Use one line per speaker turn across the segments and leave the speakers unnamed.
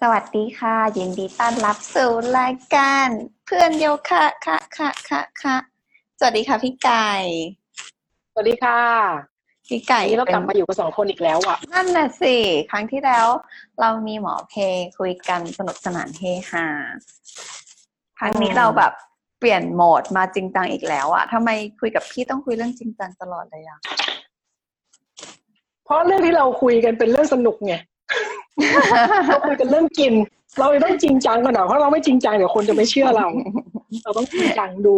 สวัสดีค่ะ ยินดีต้อนรับสู่รายการ เพื่อนโยคะคะคะคะคะสวัสดีค่ะพี่ไก่
สวัสดีค่ะ
พี่ไก่
อันนี้เรากลับมา
ป็น
อยู่กับสองคนอีกแล้วอ่ะ
นั่นน่ะสิครั้งที่แล้วเรามีหมอเพคุยกันสนุกสนานเฮฮาครั้งนี้
อืม
เราแบบเปลี่ยนโหมดมาจริงจังอีกแล้วอะทำไมคุยกับพี่ต้องคุยเรื่องจริงจังตลอดเลยอะ
เพราะเรื่องที่เราคุยกันเป็นเรื่องสนุกไงเราคุยกันเรื่องกิน เราเลยต้องจริงจังกันหน่อยเพราะเราไม่จริงจังเดี๋ยวคนจะไม่เชื่อ เรา เราต้องจริงจังดู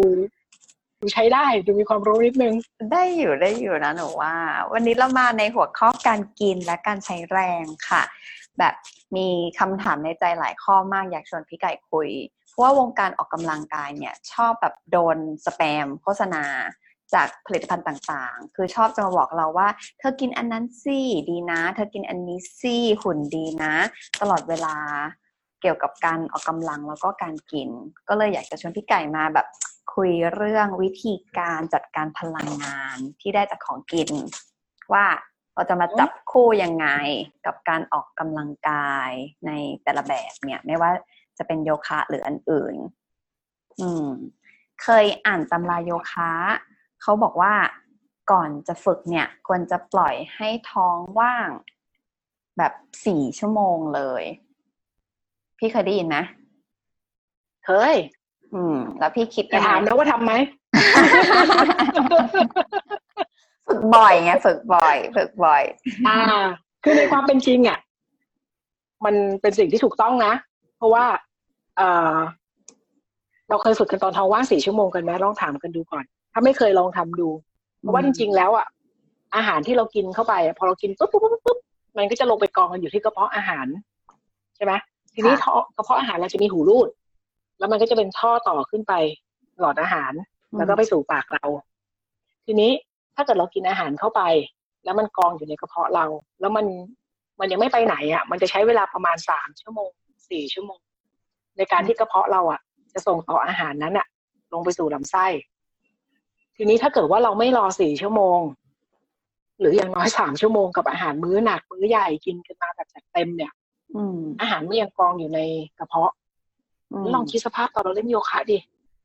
ดูใช้ได้ดูมีความรู้นิดนึง
ได้อยู่ได้อยู่นะหนูว่า วันนี้เรามาในหัวข้อการกินและการใช้แรงค่ะ แบบมีคำถามในใจหลายข้อมากอยากชวนพี่ไก่คุย เพราะว่าวงการออกกำลังกายเนี่ย ชอบแบบโดนสแปมโฆษณา จากผลิตภัณฑ์ต่างๆ คือชอบจะมาบอกเราว่า เธอกินอันนั้นสิดีนะ เธอกินอันนี้สิหุ่นดีนะ ตลอดเวลาเกี่ยวกับการออกกำลังแล้วก็การกิน ก็เลยอยากจะชวนพี่ไก่มาแบบ คุยเรื่องวิธีการจัดการพลังงานที่ได้จากของกิน ว่าเราจะมาจับคู่ยังไงกับการออกกำลังกายในแต่ละแบบเนี่ย ไม่ว่าจะเป็นโยคะหรืออันอื่น อืม เคยอ่านตำราโยคะ เขาบอกว่าก่อนจะฝึกเนี่ย ควรจะปล่อยให้ท้องว่างแบบสี่ชั่วโมงเลย พี่เคยได้ยินไหม
เคย
อืม แล้วพี่คิด
แต่
ยังไง
ถามนะว่าทำไห ม
ฝึกบ่อยไงฝึกบ่อยฝึกบ่อย
อ่า คือในความเป็นจริงอ่ะมันเป็นสิ่งที่ถูกต้องนะ เพราะว่าเออเราเคยฝึกกันตอนท้องว่างสี่ชั่วโมงกันไหมลองถามกันดูก่อน ถ้าไม่เคยลองทำดู เพราะว่าจริงๆแล้วอ่ะอาหารที่เรากินเข้าไปอะพอเรากินปุ๊บปุ๊บปุ๊บปุ๊บมันก็จะลงไปกองกันอยู่ที่กระเพาะอาหาร ใช่ไหมทีนี้ท้อกระเพาะอาหารเราจะมีหูรูด แล้วมันก็จะเป็นท่อต่อขึ้นไปหลอดอาหาร
อืม
แล้วก็ไปสู่ปากเรา ทีนี้ถ้าเกิดเรากินอาหารเข้าไป แล้วมันกองอยู่ในกระเพาะเรา แล้วมันมันยังไม่ไปไหนอ่ะ มันจะใช้เวลาประมาณสามชั่วโมงสี่ชั่วโมง ในการที่กระเพาะเราอ่ะ จะส่งต่ออาหารนั้นอ่ะ ลงไปสู่ลำไส้ ทีนี้ถ้าเกิดว่าเราไม่รอสี่ชั่วโมง หรืออย่างน้อยสามชั่วโมงกับอาหารมื้อหนักมื้อใหญ่กินกันมาแบบจัดเต็มเนี่ย
อืม
อาหารมันยังกองอยู่ในกระเพาะ
อืม
แล้วลองคิดสภาพตอนเราเล่นโยคะดิ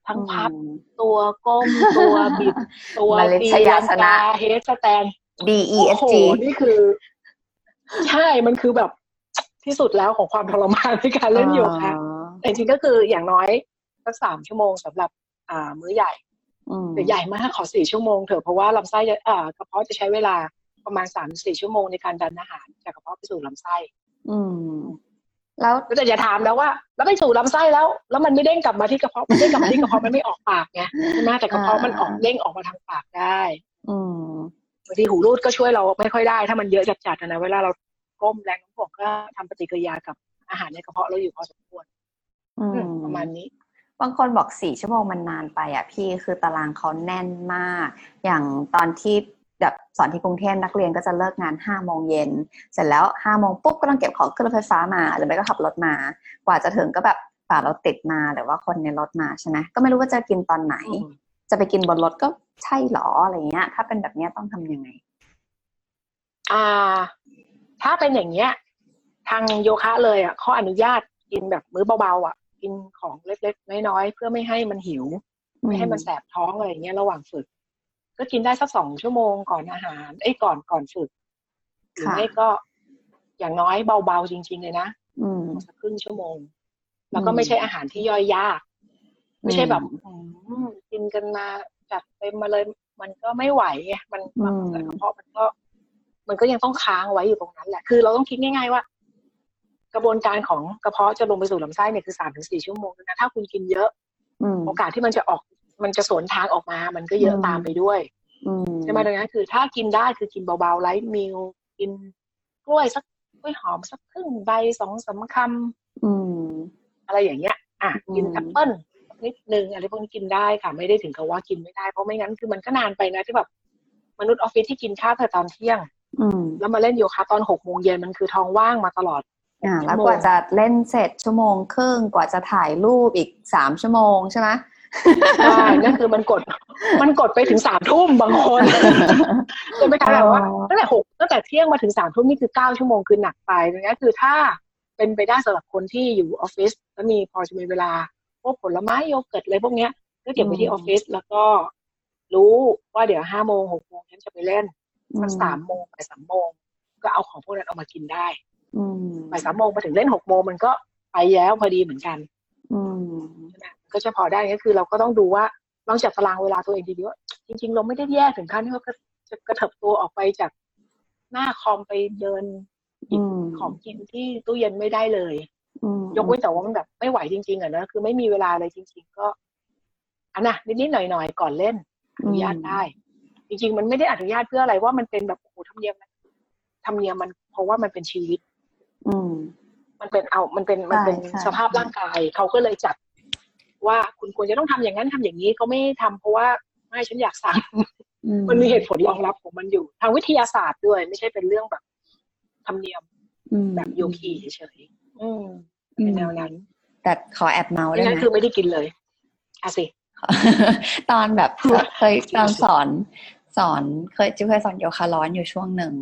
ทั้งพับ
อืม
ตัวก้ มตัวบิด ตัว
มาเล
ตี
ชยา
ลั
สนะ
กาเฮดสแตน
D E
โอ้
F
โห
G
นี่คือ ใช่ มันคือแบบที่สุดแล้วของความทรมานในการเล่นโยคะแต่จริงๆก็คืออย่างน้อยสักสามชั่วโมงสำหรับอ่ามื้อใหญ่
อืม
แต่ใหญ่มากขอสี่ชั่วโมงเถอะเพราะว่าลำไส้จะอ่ากระเพาะจะใช้เวลาประมาณสามสี่ชั่วโมงในการดันอาหารจากกระเพาะไปสู่ลำไส้
อืม แล้ว
แต่อย่าถามแล้วว่า แล้วไปสู่ลำไส้แล้ว แล้วมันไม่เด้งกลับมาที่กระเพาะมันเด้งกลับมาที่กระเพาะมันไม่ออกปากไงใช่ไหมแต่กระเพาะมันออกเด้งออกมาทางปากได้
อืม
บางทีหูรูดก็ช่วยเราไม่ค่อยได้ ถ้ามันเยอะจัดๆอะนะเวลาเราก้มแรงน้ำหนักก็ทำปฏิกิริยากับอาหารในกระเพาะเราอยู่พอสมควร
อื
อื
ม
มประมาณนี้
บางคนบอกสี่ชั่วโมงมันนานไปอ่ะพี่คือตารางเขาแน่นมาก อย่างตอนที่แบบสอนที่กรุงเทพนักเรียนก็จะเลิกงานห้าโมงเย็น เสร็จแล้วห้าโมงปุ๊บก็ต้องเก็บของขึ้นรถไฟฟ้ามา หรือไม่ก็ขับรถมา กว่าจะถึงก็แบบฝ่ารถติดมาหรือว่าคนในรถมาใช่ไหมก็ไม่รู้ว่าจะกินตอนไหน จะไปกินบนรถก็ใช่เหรออะไรเงี้ย ถ้าเป็นแบบเนี้ยต้องทำยังไง
อ่า ถ้าเป็นอย่างเงี้ย ทางโยคะเลยอ่ะเขาอนุญาตกินแบบมื้อเบาๆอ่ะ กินของเล็กๆน้อยๆเพื่อไม่ให้มันหิว ไม่ให้มันแสบท้องอะไรอย่างเงี้ยระหว่างฝึก ก็กินได้สักสองชั่วโมงก่อนอาหารไอ้ยก่อนก่อนฝึกหรือ
ค่ะ
ไม่ก็อย่างน้อยเบาๆจริง ๆ เลยนะ
อืม
สักครึ่งชั่วโมง แล้วก็
อืม
ไม่ใช่อาหารที่ย่อยยาก ไม่ใช่แบบอืมกินกันมาจัดเต็มมาเลย มันก็ไม่ไหวไงมัน
อืม
แบบกระเพาะมันก็ มันก็ยังต้องค้างไว้อยู่ตรงนั้นแหละ คือเราต้องคิดง่าย ๆ ว่า กระบวนการของกระเพาะจะลงไปสู่ลำไส้เนี่ยคือสามถึงสี่ชั่วโมงนะถ้าคุณกินเยอะ
อืม
โอกาสที่มันจะออก มันจะสวนทางออกมา มันก็เยอะ
อืม
ตามไปด้วย
อืม
ใช่ไหมดังนั้นคือถ้ากินได้คือกินเบาๆไลท์มิลกินกล้วยสักกล้วยหอมสักครึ่งใบสองสามคำ
อืม
อะไรอย่างเงี้ย อ่ะ กิน
อืม
แอปเปิ้ลนิดนึงอะไรพวกนี้กินได้ค่ะ ไม่ได้ถึงกับว่ากินไม่ได้ เพราะไม่งั้นคือมันก็นานไปนะที่แบบมนุษย์ออฟฟิศที่กินข้าวเธอตอนเที่ยง
อืม
แล้วมาเล่นโยคะตอนหกโมงเย็นมันคือท้องว่างมาตลอด
อ่า
ชั่วโม
แล้
ง
วกว่าจะเล่นเสร็จชั่วโมงครึ่งกว่าจะถ่ายรูปอีกสามชั่วโมงใช่ไหม
ใช่นั่นคือมันกด มันกดไปถึงสามทุ่มบางคนจนไปทำแบบว่า
อ๋อ
ตั้งแต่หกตั้งแต่เที่ยงมาถึงสามทุ่มนี่คือเก้าชั่วโมงคือหนักไปดังนั้นคือถ้า เป็นไปได้สำหรับคนที่อยู่ออฟฟิศแล้วมีพอจะมีเวลาพวกผลไม้โยเกิร์ตอะไรพวกเนี้ยก็เก็บไว้ที่
อื
อ
ม
อฟฟิศแล้วก็รู้ว่าเดี๋ยวห้าโมงหกโมงฉันจะไปเล่น
อื
สักสามโมงไปสามโมงก็เอาของพวกนั้นเอามากินได้
อืม
ไปสามโมงมาถึงเล่นหกโมงมันก็ไปแล้วพอดีเหมือนกัน
อืม
ก็จะพอได้ก็คือเราก็ต้องดูว่าลองจัดตารางเวลาตัวเองดีๆว่าจริง ๆ เราไม่ได้แย่ถึงขั้นที่ว่าจะกระเถิบตัวออกไปจากหน้าคอมไปเดินหยิบ
อืม
ของกินที่ตู้เย็นไม่ได้เลย
อืม
ยกเว้นแต่ว่ามันแบบไม่ไหวจริง ๆอ่ะนะคือไม่มีเวลาเลยจริง ๆ ก็อันน่ะนิดๆหน่อยๆก่อนเล่น อนุญาตได้ จริง ๆ มันไม่ได้อนุญาตเพื่ออะไรว่ามันเป็นแบบโอ้โหธรรมเนียมมันธรรมเนียมมันเพราะว่ามันเป็นชีวิต
อืม
มันเป็นเอามันเป็นมันเป็น
ใช่ใช่
สภาพร่างกาย เขาก็เลยจัด ว่าคุณควรจะต้องทำอย่างนั้นทำอย่างนี้เขาไม่ทำเพราะว่าไม่ฉันอยาก สั่ง
อื
มันมีเหตุผลรองรับของมันอยู่ ทางวิทยาศาสตร์ด้วย ไม่ใช่เป็นเรื่องแบบธรรมเนียม
อืม
แบบโยคีเฉยๆอืม
อื
เป็
ม
นแนวนั้น
แต่ขอแอบเมาส์ได้
ดัง
ไห
นั้น
ม
คือไม่ได้กินเลยอ่ะสิ
ตอนแบบ
พูด
เคยตอนสอนสอนเคยจิวเคยสอนโยคะร้อนอยู่ช่วงหนึ่ง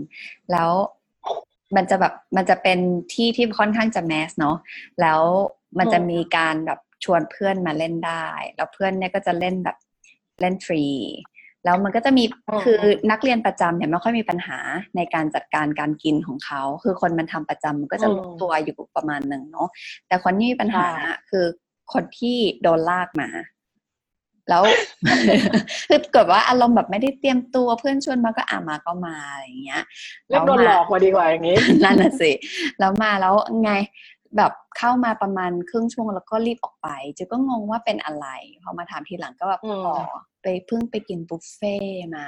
แล้วมันจะแบบมันจะเป็นที่ที่ค่อนข้างจะแมสเนาะแล้วมันจะมีการแบบชวนเพื่อนมาเล่นได้ แล้วเพื่อนเนี่ยก็จะเล่นแบบเล่นฟรี แล้วมันก็จะมี
อืม
คือนักเรียนประจำเนี่ยไม่ค่อยมีปัญหาในการจัดการการกินของเขา คือคนมันทำประจำมันก็จะรู้ตัวอยู่ประมาณหนึ่งเนาะ แต่คนที่มีปัญหา
ค่ะ
คือคนที่โดนลากมา แล้ว คือเกิดว่าอารมณ์แบบไม่ได้เตรียมตัวเพื่อนชวนมาก็อ่ามาก็มาอะไรอย่างเงี้ย
เลิกโดนหลอกมาดีกว่าอย่างนี้
นั่นน่ะสิ แล้วมาแล้วไงแบบเข้ามาประมาณครึ่งชั่วโมงแล้วก็รีบออกไปเจก็งงว่าเป็นอะไร พอมาถามทีหลังก็แบบ
อืม
อ๋อไปเพิ่งไปกินบุฟเฟ่ต์มา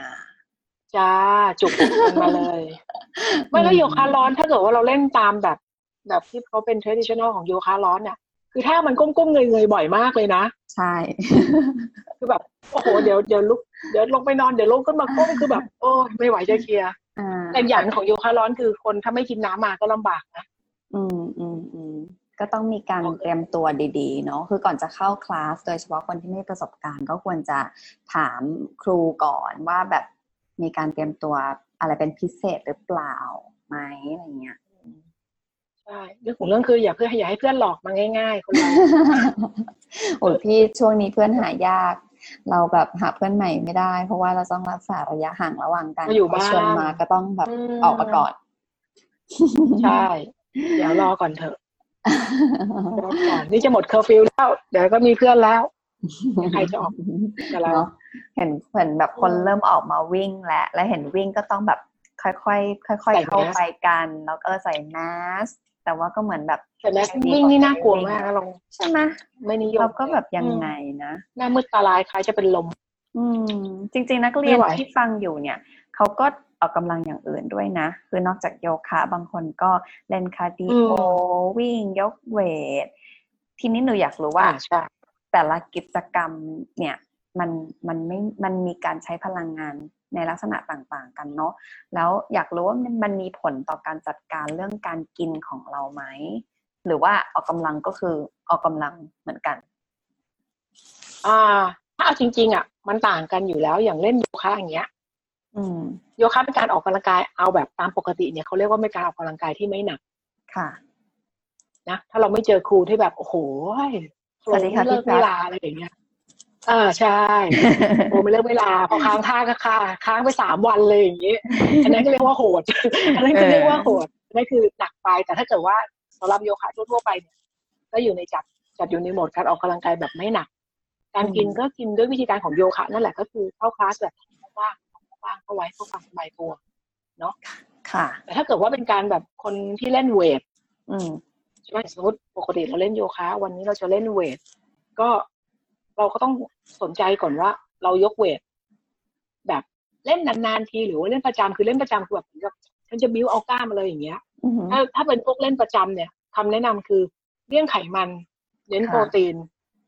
จ้าจุกมันมาเลย ไม่แล้วโยคะร้อนถ้าเกิดว่าเราเล่นตามแบบ แบบที่เขาเป็น traditional ของโยคะร้อนเนี่ยคือถ้ามันก้มๆเงยๆบ่อยมากเลยนะ
ใช่
คือแบบโอ้โหเดี๋ยวเดี๋ยวลุกเดี๋ยวลงไปนอนเดี๋ยวลงขึ้นมาก้มคือแบบโอ้ยไม่ไหวจะเคลียร์
อ่า
แต่อย่างของโยคะร้อนคือคนถ้าไม่กินน้ำมาก็ลำบากนะ
อืมอืมอืมก็ต้องมีการ
โอเค
เตรียมตัวดีๆ เนาะคือก่อนจะเข้าคลาสโดยเฉพาะคนที่ไม่มีประสบการณ์ ก็ควรจะถามครูก่อนว่าแบบมีการเตรียมตัวอะไรเป็นพิเศษหรือเปล่าไหมอะไรเงี้ย
ใช่เรื่องของเรื่องคืออย่าเพื่ออย่าให้เพื่อนหลอกมาง่าย ๆ คนเรา
โอ้ยพี่ช่วงนี้เพื่อนหายาก เราแบบหาเพื่อนใหม่ไม่ได้ เพราะว่าเราต้องรักษาระยะห่างระหว่างกัน
ก็อยู่บ้าน
ชวนมาก็ต้องแบบออกมาก่อน
ใช่ เดี๋ยวรอก่อนเถอะรอก่อนนี่จะหมดเคอร์ฟิวแล้ว เดี๋ยวก็มีเพื่อนแล้ว ใครจะออก กับเรา
เนาะเห็นเห็นแบบคน
อืม
เริ่มออกมาวิ่งแล้วและเห็นวิ่งก็ต้องแบบค่อยๆค่อยๆ
ใส่แมส
เข้าไปกัน แล้วก็ใส่แมสแต่ว่าก็เหมือนแบบ
แต่แมสวิ่งนี่น่ากลัวมากนะลอง
ใช่ไหม
ไม่นิยม
เราก็แบบยังไงนะ
หน้ามืดตาลายคล้ายจะเป็นลม
อืมจริงๆนักเรียน
ไม่ไหว
ที่ฟังอยู่เนี่ยเขาก็ออกกำลังอย่างอื่นด้วยนะ คือนอกจากโยคะบางคนก็เล่นคาร์ดิโอวิ่งยกเวท ทีนี้หนูอยากรู้ว่า
อ่ใช่
แต่ละกิจกรรมเนี่ย มันมันไม่มันมีการใช้พลังงานในลักษณะต่างๆ กันเนาะแล้วอยากรู้ว่ามันมันมีผลต่อการจัดการเรื่องการกินของเราไหม หรือว่าออกกำลังก็คือออกกำลังเหมือนกัน
อ่า ถ้าเอาจริง ๆ อ่ะ มันต่างกันอยู่แล้วอย่างเล่นโยคะอย่างเงี้ย
อืม
โยคะเป็นการออกกำลังกายเอาแบบตามปกติเนี่ยเขาเรียกว่าเป็นการออกกำลังกายที่ไม่หนัก
ค่ะ
นะถ้าเราไม่เจอครูที่แบบโอ้โหย
สวัสดีค่ะ
เลิก
พี่
เว
แจ๊ค
ลาอะไรอย่างเงี้ยอ่าใช่โอ้ไม่เลิกเวลาพอค้างท่าก็ค้างค้างไปสามวันเลยอย่างเงี้ยอันนั้นก็เรียกว่าโหด อันนั้นก็เรียกว่าโหดนั่นคือหนักไปแต่ถ้าเกิดว่าสำหรับโยคะทั่วๆไปเนี่ยก็อยู่ในจัดจัดอยู่ในโหมดการออกกำลังกายแบบไม่หนัก การกินก็กินด้วยวิธีการของโยคะนั่นแหละก็คือเข้าคลาสแบบว่างๆว่างๆเข้าไว้เพื่อความสบายตัว
ค่ะ
แต่ถ้าเกิดว่าเป็นการแบบคนที่เล่นเวท
อืม
ใช่ไหมสมมติปกติเราเล่นโยคะ วันนี้เราจะเล่นเวท ก็เราก็ต้องสนใจก่อนว่า เรายกเวท แบบเล่นนานๆทีหรือว่าเล่นประจำคือเล่นประจำคือแบบเหมือนกับฉันจะบิ้วเอากล้ามมาเลยอย่างเงี้ย
อือหือ
ถ้าถ้าเป็นพวกเล่นประจำเนี่ยคำแนะนำคือเลี่ยงไขมันเน้น
ค่ะ
โปรตีน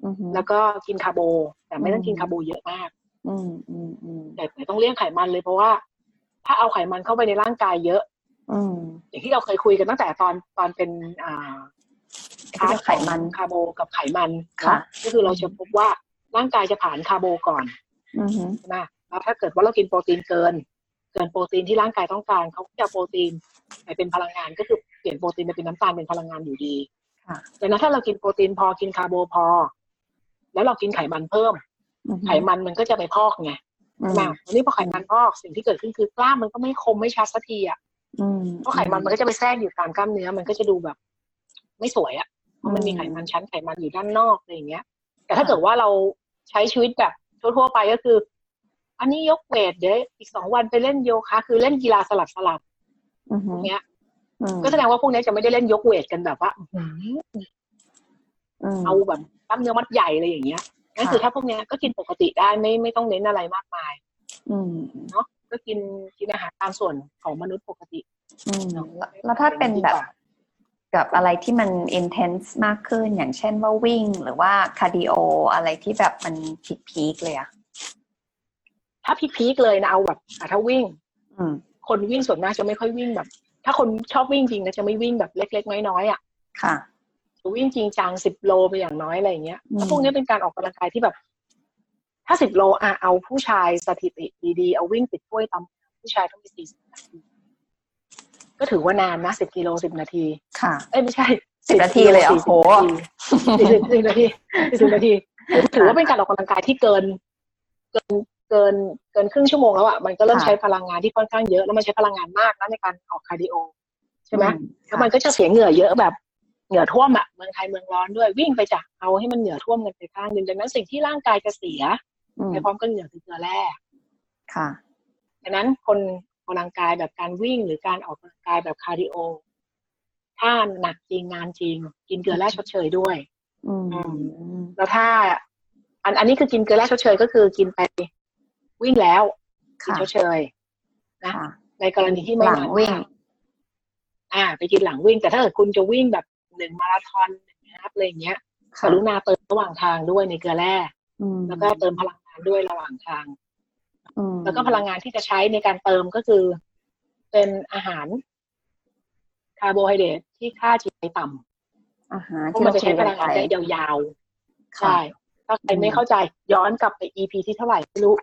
อือหือ
แล้วก็กินคาร์โบ แต่ไม่ต้องกิน
อืม
คาร์โบเยอะมาก
อืมอืมอืม
แต่แต่ต้องเลี่ยงไขมันเลยเพราะว่า ถ้าเอาไขมันเข้าไปในร่างกายเยอะ
อืม
อย่างที่เราเคยคุยกันตั้งแต่ตอนตอนเป็นอ่า
ไอ้ที่เป็นไขมัน
คาร์โบกับไขมัน
ค่ะ
นก็คือเราจะพบว่าร่างกายจะผ่านคาร์โบก่อน
อือหือ
ใช่ไหมแล้วถ้าเกิดว่าเรากินโปรตีนเกิน เกินโปรตีนที่ร่างกายต้องการเขาก็จะเอาโปรตีนไปเป็นพลังงานก็คือเปลี่ยนโปรตีนไปเป็นน้ำตาลเป็นพลังงานอยู่ดี
ค่ะ
แต่นะถ้าเรากินโปรตีนพอกินคาร์โบพอ แล้วเรากินไขมันเพิ่ม
อือฮึ
ไขมันมันก็จะไปพอกไง
อืม
มากวันนี้พอไขมันพอกสิ่งที่เกิดขึ้นคือกล้ามมันก็ไม่คมไม่ชัดสักทีอ่ะ
อืม
เพราะไขมันมันก็จะไปแทรกอยู่ตามกล้ามเนื้อมันก็จะดูแบบ ไม่สวยอ่ะ เพราะมันมีไขมันชั้นไขมันอยู่ด้านนอกอะไรอย่างเงี้ย แต่ถ้าเกิดว่าเราใช้ชีวิตแบบทั่วๆไปก็คือ อันนี้ยกเวทเดี๋ยวอีกสองวันไปเล่นโยคะ คือเล่นกีฬาสลับสลับ
อือฮึ
ๆเนี้ย
อืม
ก็แสดงว่าพวกเนี้ยจะไม่ได้เล่นยกเวทกันแบบว่าอื้อหือ
ม
เอาแบบกล้ามเนื้อมัดใหญ่อะไรอย่างเงี้ยนั่น
ค่ะ
คือถ้าพวกเนี้ยก็กินปกติได้ไม่ไม่ต้องเน้นอะไรมากมาย
อืม
ก็กินกินอาหารตามส่วนของมนุษย์ปกติ
อืมแล้วแล้วถ้าเป็นแบบกับอะไรที่มัน intense มากขึ้น อย่างเช่นว่าวิ่งหรือว่าคาร์ดิโออะไรที่แบบมันพีคๆเลยอ่ะ
ถ้าพีคๆเลยนะเอาแบบอ่ะถ้าวิ่ง
อืม
คนวิ่งส่วนมากจะไม่ค่อยวิ่งแบบ ถ้าคนชอบวิ่งจริงนะจะไม่วิ่งแบบเล็ก ๆ น้อยๆอ่ะ
ค่ะ
หรือวิ่งจริงจังสิบโลไปอย่างน้อยอะไรอย่างเงี้ย
อืม
แล้วพวกนี้เป็นการออกกำลังกายที่แบบ ถ้าสิบโลอ่ะเอาผู้ชายสถิติดีๆ เอาวิ่งติดถ้วยตามผู้ชายต้องมีสี่สิบนาทีก็ถือว่านานนะสิบกิโลสิบนาที
ค่ะ
เอ้ยไม่ใช่
10นาทีเลยเหรอโห
สี่สิบสี่นาที สี่สิบนาทีถือว่าเป็นการออกกำลังกายที่เกิน เกินเกินเกินครึ่งชั่วโมงแล้วอ่ะมันก็เริ่ม
ค่ะ
ใช้พลังงานที่ค่อนข้างเยอะแล้วมันใช้พลังงานมากนะในการออกคาร์ดิโอใช่ไหม แล้วมันก็จะเสียเหงื่อเยอะแบบเหงื่อท่วมอะเมืองไทยเมืองร้อนด้วยวิ่งไปจากเอาให้มันเหงื่อท่วมกันไปข้างหนึ่งดังนั้นสิ่งที่ร่างกายจะเสีย
อืม
ไปพร้อมกับเหงื่อคือเกลือแร่
ค่ะ
ดังนั้นคนออกกำลังกายแบบการวิ่งหรือการออกกำลังกายแบบคาร์ดิโอ ถ้าหนักจริงงานจริง กินเกลือแร่ชดเชยด้วย
อืม
อื แล้วถ้า อันอันนี้คือกินเกลือแร่ชดเชยก็คือกินไปวิ่งแล้วกิน
ค่ะ
ชดเชย นะ
ค่ะ
ในกรณีที่ไม่
หลัง
นาน
วิ่ง
มากอ่า ไปกินหลังวิ่ง แต่ถ้าเกิดคุณจะวิ่งแบบหนึ่งมาราธอนหนึ่งฮาล์ฟอะไรอย่างเงี้ย ก
ค่ะ
รุณาเติมระหว่างทางด้วยในเกลือแร่
อืม
แล้วก็เติมพลังงานด้วยระหว่างทาง
อืม
แล้วก็พลังงานที่จะใช้ในการเติมก็คือ เป็นอาหารคาร์โบไฮเดรตที่ค่า GI ต่
อาหาร
ำเพราะ
ที่
มัน
เรา
จะ
เคย
ใช้พ
กัน
ลัง
ไป
งานได้ยาวๆ
ค่ะ
ใช่ถ้าใครไม่เข้าใจย้อนกลับไป EP ที่เท่าไหร่ไม่รู้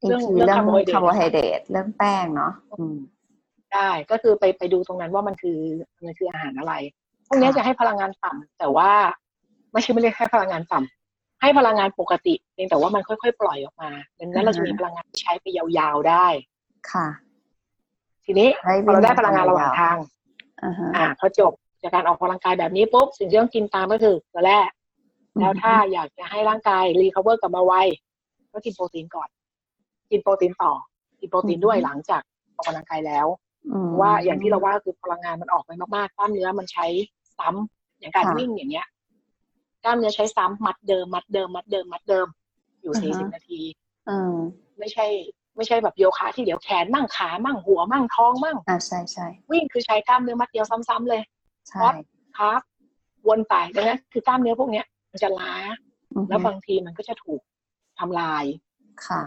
อี
เรื่
ก
อง
ที
เรื่
เรื่
อ
อง ง
คา
คา
ร์
ร์
โบ
โบไฮ
ไฮเด
เด
ร
ร
ต
ตเรื่องแป้งเนาะอืม
ได้ก็คือไปไปดูตรงนั้นว่ามันคือมันคืออาหารอะไร พวกเนี้ย
ค่ะ
จะให้พลังงานต่ำแต่ว่าไม่ใช่ไม่ได้ให้พลังงานต่ำให้พลังงานปกติเพียงแต่ว่ามันค่อยๆ ปล่อยออกมาดังนั้นเรา
อ่าฮะ
จะมีพลังงานที่ใช้ไปยาวๆได้
ค่ะ
ทีนี้
ให้
พอเราได้พลังงานระหว่างทาง
อ่าฮะ
อ่าพอจบจากการออกกำลังกายแบบนี้ปุ๊บสิ่งที่ต้องกินตามก็คือเกลือแร่
อืม
แล้วถ้าอยากจะให้ร่างกายรีคาเวอร์กลับมาไวก็กินโปรตีนก่อน กินโปรตีนต่อ กินโปรตีนด้วยหลังจากออกกำลังกายแล้ว
อืม
ว่าอย่างที่เราว่าคือพลังงานมันออกไปมากๆกล้ามเนื้อมันใช้ซ้ำอย่างการ
ค่ะ
วิ่งอย่างเงี้ยกล้ามเนื้อใช้ซ้ำมัดเดิมมัดเดิมมัดเดิมมัดเดิม อยู่
อือฮะ
สี่สิบนาที
อืม
ไม่ใช่ ไม่ใช่แบบโยคะที่เดี๋ยวแขนมั่งขามั่งหัวมั่งท้องมั่ง
อ่าใช่ใช่
วิ่งคือใช้กล้ามเนื้อมัดเดียวซ้ำๆเลย
ใช่
ครับวนไปดังนั้นคือกล้ามเนื้อพวกเนี้ยมันจะล้า
อือฮึ
แล้วบางทีมันก็จะถูกทำลาย
ค่ะ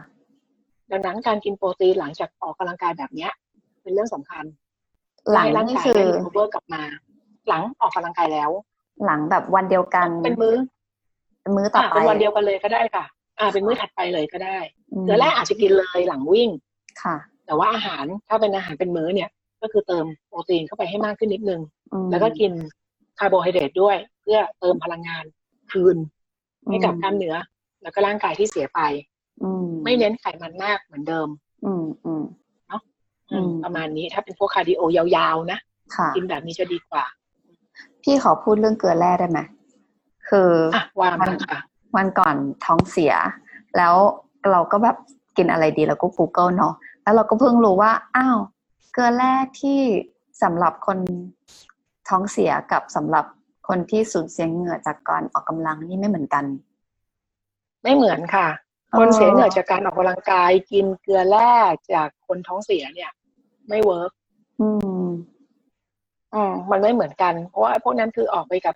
ดังนั้นการกินโปรตีนหลังจากออกกำลังกายแบบเนี้ย เป็นเรื่องสำคัญ
หลัง
ใร่าง
นี่
กาย
คือ
ได้ recover กลับมา หลังออกกำลังกายแล้ว
หลังแบบวันเดียวกัน
เป็นมื้อ
มื้อต่อ
อ่ะ
ไป
เป็นวันเดียวกันเลยก็ได้ค่ะ อ่า เป็นมื้อถัดไปเลยก็ได้
ม
เกลือแร่อาจจะกินเลยหลังวิ่ง
ค่ะ
แต่ว่าอาหารถ้าเป็นอาหารเป็นมื้อเนี่ย ก็คือเติมโปรตีนเข้าไปให้มากขึ้นนิดนึง
อืม
แล้วก็กินคาร์โบไฮเดรตด้วย เพื่อเติมพลังงานคืนให้กับกล้ามเนื้อ แล้วก็ร่างกายที่เสียไป
อืม
ไม่เน้นไขมันมากเหมือนเดิม
อืมอืม อืม
ประมาณนี้ถ้าเป็นพวกคาร์ดิโอยาวๆนะ
ค่ะ
กินแบบนี้จะดีกว่า
พี่ขอพูดเรื่องเกลือแร่ได้ไหมคือ
อ่ะวางมาค่ะ
วันก่อนท้องเสีย แล้วเราก็แบบกินอะไรดีเราก็ Google เนาะแล้วเราก็เพิ่งรู้ว่า อ้าว เกลือแร่ที่สำหรับคนท้องเสียกับสำหรับคนที่สูญเสียเหงื่อจากการออกกำลังนี่ไม่เหมือนกัน
ไม่เหมือนค่ะ คนเสียเหงื่อจากการออกกำลังกายกินเกลือแร่จากคนท้องเสียเนี่ย ไม่เวิร์ก
อืม
อืมมันไม่เหมือนกัน เพราะว่าไอ้พวกนั้นคือออกไปกับ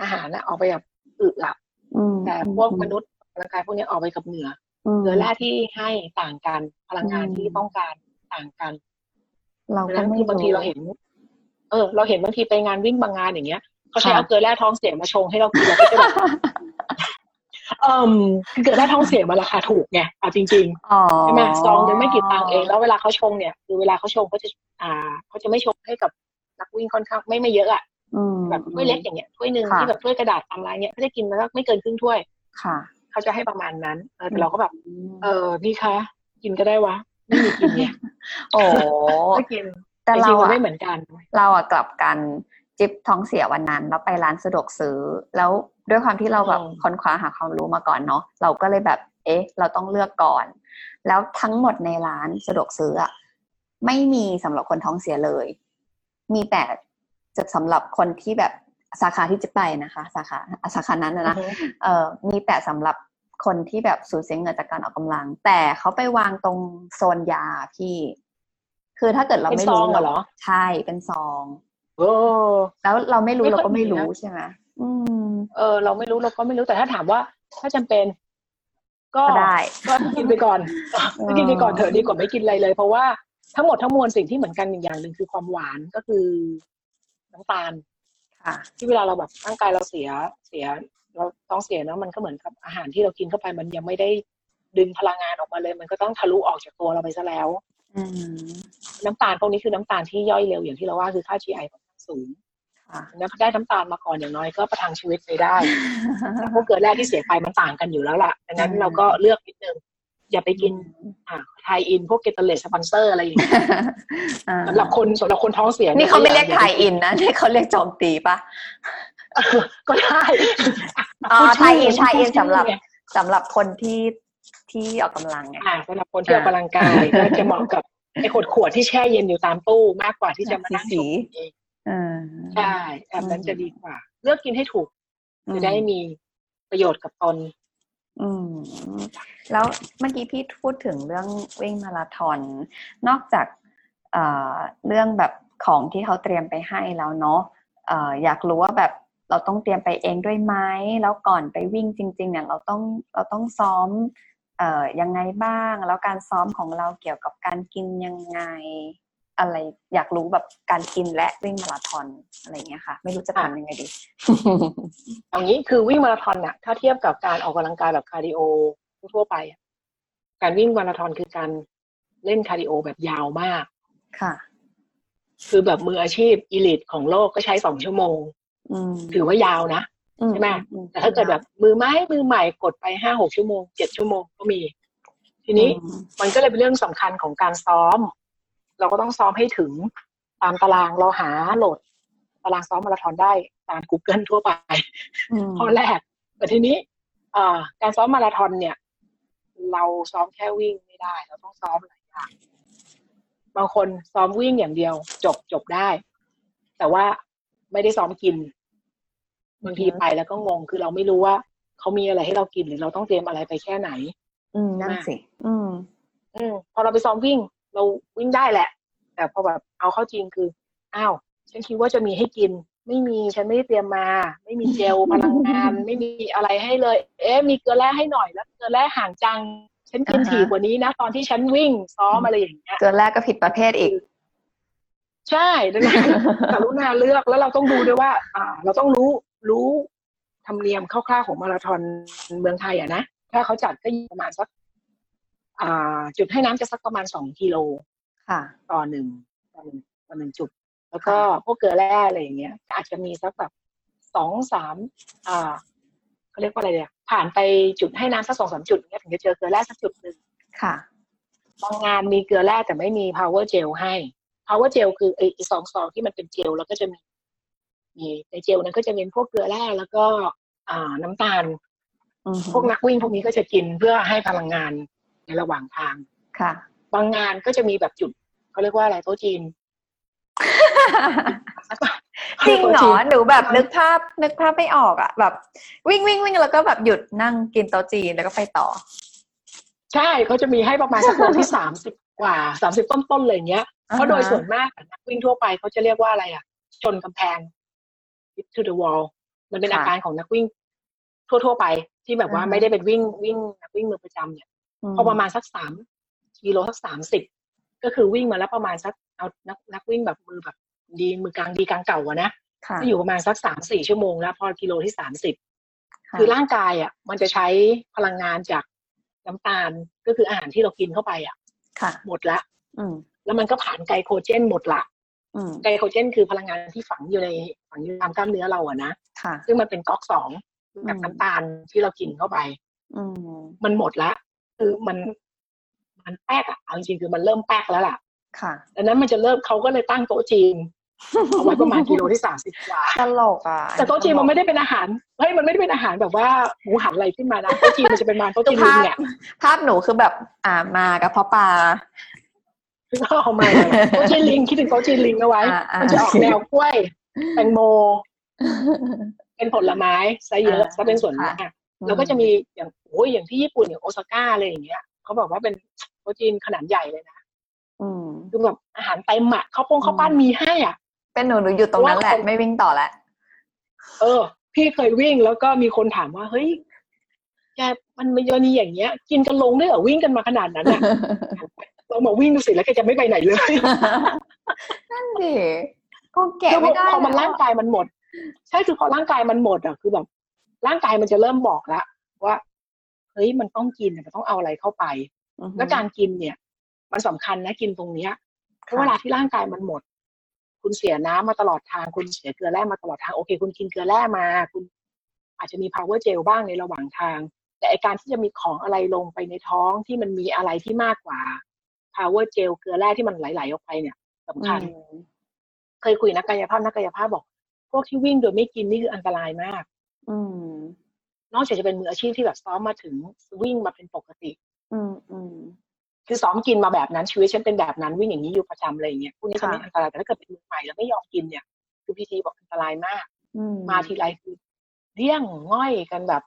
อาหารนะออกไปกับอึอะ
อืม
แต่พวกมนุษย์ออกกำลังกายพวกนี้ออกไปกับเหงื่อ
ม
เกลือแร่ที่ให้ต่างกันพลังงาน
อืม
ที่ต้องการต่างกัน
เรา
เพราะ
ก็
ฉะนั้น
ไม่
คือบางทีเราเห็น เออ เราเห็นบางทีไป งานวิ่งบางงานอย่างเงี้ยเขาใช้เอาเกลือแร่ท้องเสียมาชงให้เรากินเราก็จะแบบ เอ่มคือเกิดถ้าท้องเสียมาราคาถูกไงเอาจริง
อ๋อ
ๆใช่ไหมซองยังไม่กี่ตังค์เองแล้วเวลาเขาชงเนี่ยคือเวลาเขาชงเขาจะอ่าเขาจะไม่ชงให้กับนักวิ่งค่อนข้างไม่ไม่เยอะอะ
อืม
แบบถ้วยเล็กอย่างเงี้ยถ้วยหนึ่ง
ค่ะ
ที่แบบถ้วยกระดาษตามร้านเนี่ยเขาจะกินแล้วก็ไม่เกินครึ่งถ้วย
ค่ะ
เขาจะให้ประมาณนั้นเออแต่เราก็แบบ
ม
เออพี่คะ กินก็ได้วะไม่มีกิน เนี่ย
โอ้
ก็กิน
แต่
จ
เรา
ริง
อะ
ๆมันไม่เหมือนกัน
เราอะกลับกันจิบท้องเสียวันนั้นแล้วไปร้านสะดวกซื้อ แล้วด้วยความที่เราแบบ
อืม
ค้นคว้าหาความรู้มาก่อนเนาะเราก็เลยแบบ เอ๊ะ เราต้องเลือกก่อน แล้วทั้งหมดในร้านสะดวกซื้ออะไม่มีสำหรับคนท้องเสียเลย มีแต่จะสำหรับคนที่แบบสาขาที่จะไปนะคะ สาขาอ่ะสาขานั้นนะนะ เอ่อมีแต่สำหรับคนที่แบบสูญเสียเงินจากการออกกำลัง แต่เขาไปวางตรงโซนยาพี่ คือถ้าเกิดเรา
เป็น
ไม่
ซอ
รู้
งเหรอ
ใช่เป็นซอง
โอ้
แล้วเราไม่รู้เราก็ไม่
ค่อย
รู้
นะ
ใช่ไหมอืม
เออเราไม่รู้เราก็ไม่รู้แต่ถ้าถามว่า ถ้าจำเป็น ก็
ก็ได้
ก็กินไปก่อน
เออ
ก็กินไปก่อนเถอะดีกว่าไม่กินอะไรเลย เพราะว่าทั้งหมดทั้งมวลสิ่งที่เหมือนกันอีกอย่างหนึ่งคือความหวานก็คือน้ำตาล
ค่ะ
ที่เวลาเราแบบร่างกายเราเสียเสีย เราท้องเสียเนอะมันก็เหมือนกับอาหารที่เรากินเข้าไปมันยังไม่ได้ดึงพลังงานออกมาเลย มันก็ต้องทะลุออกจากตัวเราไปซะแล้ว
อืม
น้ำตาลพวกนี้คือน้ำตาลที่ย่อยเร็วอย่างที่เราว่าคือค่า GI ค่อนข้างสูง
ค่ะ
แล้วได้น้ำตาลมาก่อนอย่างน้อยก็ประทังชีวิตไปได้ พวกเกลือแร่ที่เสียไปมันต่างกันอยู่แล้วล่ะดังนั้น
อืม
เราก็เลือกนิดนึงอย่าไปกินอ่าไทยอิน พวกเกตเลสสปอนเซอร์อะไรอย่างเงี้ย
อ่า
สำหรับคนสำหรับคนท้องเสีย
นี่เขาไม่เรียก
อ
ไท
ป
ยอินนะนี่เขาเรียกโจมตีปะ
ก็ได้
อ๋อไทยอินไทยอิน
พูดชื่
สำหรับ
ไง
สำหรับคนที่ที่ออกกำลังไง
อ่าสำหรับคนที่ออกกำลังกาย ก็จะเหมาะกับไอ้ขวดขวดๆที่แช่เย็นอยู่ตามตู้มากกว่าที่จะมานั่ง
สี
ช
ๆ
มเอง
เออ
ใช่แบบนั้น
อืม
จะดีกว่า เลือกกินให้ถูก
อื
จะ
ม
ได้มีประโยชน์กับตน
อืมแล้วเมื่อกี้พี่พูดถึงเรื่องวิ่งมาราธอน นอกจากเอ่อเรื่องแบบของที่เขาเตรียมไปให้แล้วเนาะเอ่ออยากรู้ว่าแบบเราต้องเตรียมไปเองด้วยไหมแล้วก่อนไปวิ่งจริง ๆ เนี่ยเราต้องเราต้องซ้อมเอ่อยังไงบ้าง แล้วการซ้อมของเราเกี่ยวกับการกินยังไง อะไรอยากรู้แบบการกินและวิ่งมาราธอนอะไรอย่างเงี้ยค่ะ ไม่รู้จะถามยังไงดี
เอางี้คือวิ่งมาราธอนน่ะ ถ้าเทียบกับการออกกำลังกายแบบคาร์ดิโอทั่วๆไปอะการวิ่งมาราธอนคือการเล่นคาร์ดิโอแบบยาวมาก
ค่ะ
คือแบบมืออาชีพอีลิตของโลกก็ใช้สองชั่วโมง
อืม
ถือว่ายาวนะ ใช่ไหม
อื
แต่ถ้าเกิดแบบมือไม้มือใหม่กดไปห้าหกชั่วโมงเจ็ดชั่วโมงก็มี ทีนี้
อืม
มันก็เลยเป็นเรื่องสำคัญของการซ้อม เราก็ต้องซ้อมให้ถึงตามตารางเราหาโหลด ตารางซ้อมมาราธอนได้ตาม Google ทั่วไป
ม
ข้อแรก แต่ทีนี้เอ่อการซ้อมมาราธอนเนี่ย เราซ้อมแค่วิ่งไม่ได้ เราต้องซ้อมหลายอย่างบางคนซ้อมวิ่งอย่างเดียว จบจบได้ แต่ว่าไม่ได้ซ้อมกิน บางทีไปแล้วก็งงคือเราไม่รู้ว่าเขามีอะไรให้เรากินหรือเราต้องเตรียมอะไรไปแค่ไหน
อืมนั่นสิ อืม
อืมพอเราไปซ้อมวิ่ง เราวิ่งได้แหละ แต่พอแบบเอาเข้าจริงคืออ้าวฉันคิดว่าจะมีให้กิน ไม่มีฉันไม่ได้เตรียมมา ไม่มีเจล พลังงาน ไม่มีอะไรให้เลย เอ๊ะมีเกลือแร่ให้หน่อยแล้วเกลือแร่ห่างจัง ฉันกิน
อ่าฮะ
ถี่กว่านี้นะ ตอนที่ฉันวิ่งซ้อมอะไรอย่างเงี้ย
เกินแรกก็ผิดประเภทอีก
ใช่ดังนั้น กรุณาเลือกแล้วเราต้องดูด้วยว่า อ่า เราต้องรู้รู้ธรรมเนียมคร่าวๆของมาราธอนเมืองไทยอะนะถ้าเขาจัดก็อยู่ประมาณสักอ่า จุดให้น้ำจะสักประมาณสองกิโล
ค่ะ
ต่อหนึ่งต่อหนึ่งต่อหนึ่งจุด แล้วก็พวกเกลือแร่อะไรอย่างเงี้ย อาจจะมีสักแบบสองสามอ่าเขาเรียกว่าอะไรเนี่ยผ่านไปจุดให้น้ำสักสองสามจุดเงี้ยถึงจะเจอเกลือแร่สักจุดหนึ่ง
ค่ะ
บางงานมีเกลือแร่แต่ไม่มี power gel ให้ power gel คือไอ้ไอ้สองซองที่มันเป็นเจลแล้วก็จะมีมีในเจลนั้นก็จะเป็นพวกเกลือแร่แล้วก็อ่าน้ำตาล
อืม
พวกนักวิ่งพวกนี้ก็จะกินเพื่อให้พลังงานในระหว่างทาง
ค่ะ
บางงานก็จะมีแบบจุดเขาเรียกว่าอะไรโต๊ะจีน
จริงเหรอ หนูแบบนึกภาพนึกภาพไม่ออกอะแบบ วิ่งวิ่งวิ่งแล้วก็แบบหยุดนั่งกินโต๊ะจีนแล้วก็ไปต่อ
ใช่เขาจะมีให้ประมาณสักโล ที่ สามสิบกว่าสามสิบต้นๆเลยอย่างเงี้ยเพราะโดยส่วนมากนักวิ่งทั่วไปเขาจะเรียกว่าอะไรอ่ะ ชนกำแพง hit to the wall มันเป็น
ค่ะ
อาการของนักวิ่ง ทั่วๆไปที่แบบว่า
อ่าฮะ
ไม่ได้เป็นวิ่งวิ่งนักวิ่งมือประจำเนี่ย
ม
พอประมาณสักสามกิโลสักสามสิบก็คือวิ่งมาแล้วประมาณสักเอานักนักวิ่งแบบมือแบบ ดีมือกลางดีกลางเก่าอะนะ
ค่ะ
ก็อยู่ประมาณสักสามสี่ชั่วโมงแล้ว พอกิโลที่สามสิบ
ค่ะ
คือร่างกายอ่ะ มันจะใช้พลังงานจากน้ำตาลก็คืออาหารที่เรากินเข้าไปอ่ะ
ค่ะ
หมดละ
อืม
แล้วมันก็ผ่านไกลโคเจนหมดละ
อืม
ไกลโคเจนคือพลังงานที่ฝังอยู่ในฝังอยู่ตามกล้ามเนื้อเราอะนะ
ค่ะ
ซึ่งมันเป็นก๊อกสองจาก
อืม
น้ำตาลที่เรากินเข้าไป
อืม
มันหมดละคือมันมันแป๊กอะเอาจริงๆคือมันเริ่มแป๊กแล้วล่ะ
ค่ะ
ดังนั้นมันจะเริ่มเขาก็เลยตั้งโต๊ะจีนเอาไว้ประมาณกิโลที่สามสิบกว่า
ตลกอ่ะ
แต่โต๊ะจีนมันไม่ได้เป็นอาหารเฮ้ยมันไม่ได้เป็นอาหารแบบว่าหมูหันอะไรขึ้นมานะโต๊ะจีนมันจะเป็นมานโต๊ะ
คื
จี
อน
ลิ
ภางพ
เนี่ย
ภาพหนูคือแบบอ่ามากับพ่อปลา
ก็เอามาเลยโต๊ะจีนลิงคิดถึงโต๊ะจีนลิงเอาไว้
อ่าอ่ามั
มันจะออกแนวกล้วยแตงโม เป็นผลไม้ซะเยอะ
อ่า
ซะเป็นส่วนมากแล้วก็จะมีอย่างโอ้ยอย่างที่ญี่ปุ่นอย่างโอซาก้าอะไรอย่างเงี้ยเขาบอกว่าเป็นโต๊ะจีนขนาดใหญ่เลยนะ
อืม
คือแบบอาหารเต็มอะข้าวโป้ง
อืม
ข้าวปั้นมีให้อ่ะ
เป็นหนูหนูอยู่ตรงนั้นแหละ
ว่าคน
ไม่วิ่งต่อ ละ
เออ พี่เคยวิ่งแล้วก็มีคนถามว่าเฮ้ยแกมันมันยนีอย่างเงี้ย กินกันลงได้วยเหรอวิ่งกันมาขนาดนั้นอะ ลองมาวิ่งดูสิแล้วแกจะไม่ไปไหนเลย
นั่นดิกูแกะ
คือ
ไม่ได้
พอมัน
แล้ว
ร่างกายมันหมด ใช่คือพอร่างกายมันหมดอ่ะคือแบบร่างกายมันจะเริ่มบอกละว่าเฮ้ยมันต้องกินมันต้องเอาอะไรเข้าไป
อือฮึ
แล้วการกินเนี่ย มันสำคัญนะกินตรงเนี้ยเพราะ
ค่ะ
เวลาที่ร่างกายมันหมด คุณเสียน้ำมาตลอดทางคุณเสียเกลือแร่มาตลอดทางโอเค คุณกินเกลือแร่มา คุณ อาจจะมี power gel บ้างในระหว่างทาง แต่ไอการที่จะมีของอะไรลงไปในท้องที่มันมีอะไรที่มากกว่า power gel เกลือแร่ที่มันไหลๆออกไปเนี่ยสำ
อื
คัญ
ม
เคยคุยนักกายภาพนักกายภาพบอก พวกที่วิ่งโดยไม่กินนี่คืออันตรายมาก
อืม
นอกจากจะเป็นมืออาชีพที่แบบซ้อมมาถึงวิ่งมาเป็นปกติ
อืมอืม
คือซ้อมกินมาแบบนั้นชีวิตฉันเป็นแบบนั้นวิ่งอย่างนี้อยู่ประจำอะไรอย่างเงี้ยพวกนี้จะ
ค่ะ
ไม่อันตรายแต่ถ้าเกิดเป็นมือใหม่แล้วไม่ยอมกินเนี่ยคือพีทีบอกอันตรายมาก
อื
มาทีไรคือเลี่ยงง่อยกันแบบ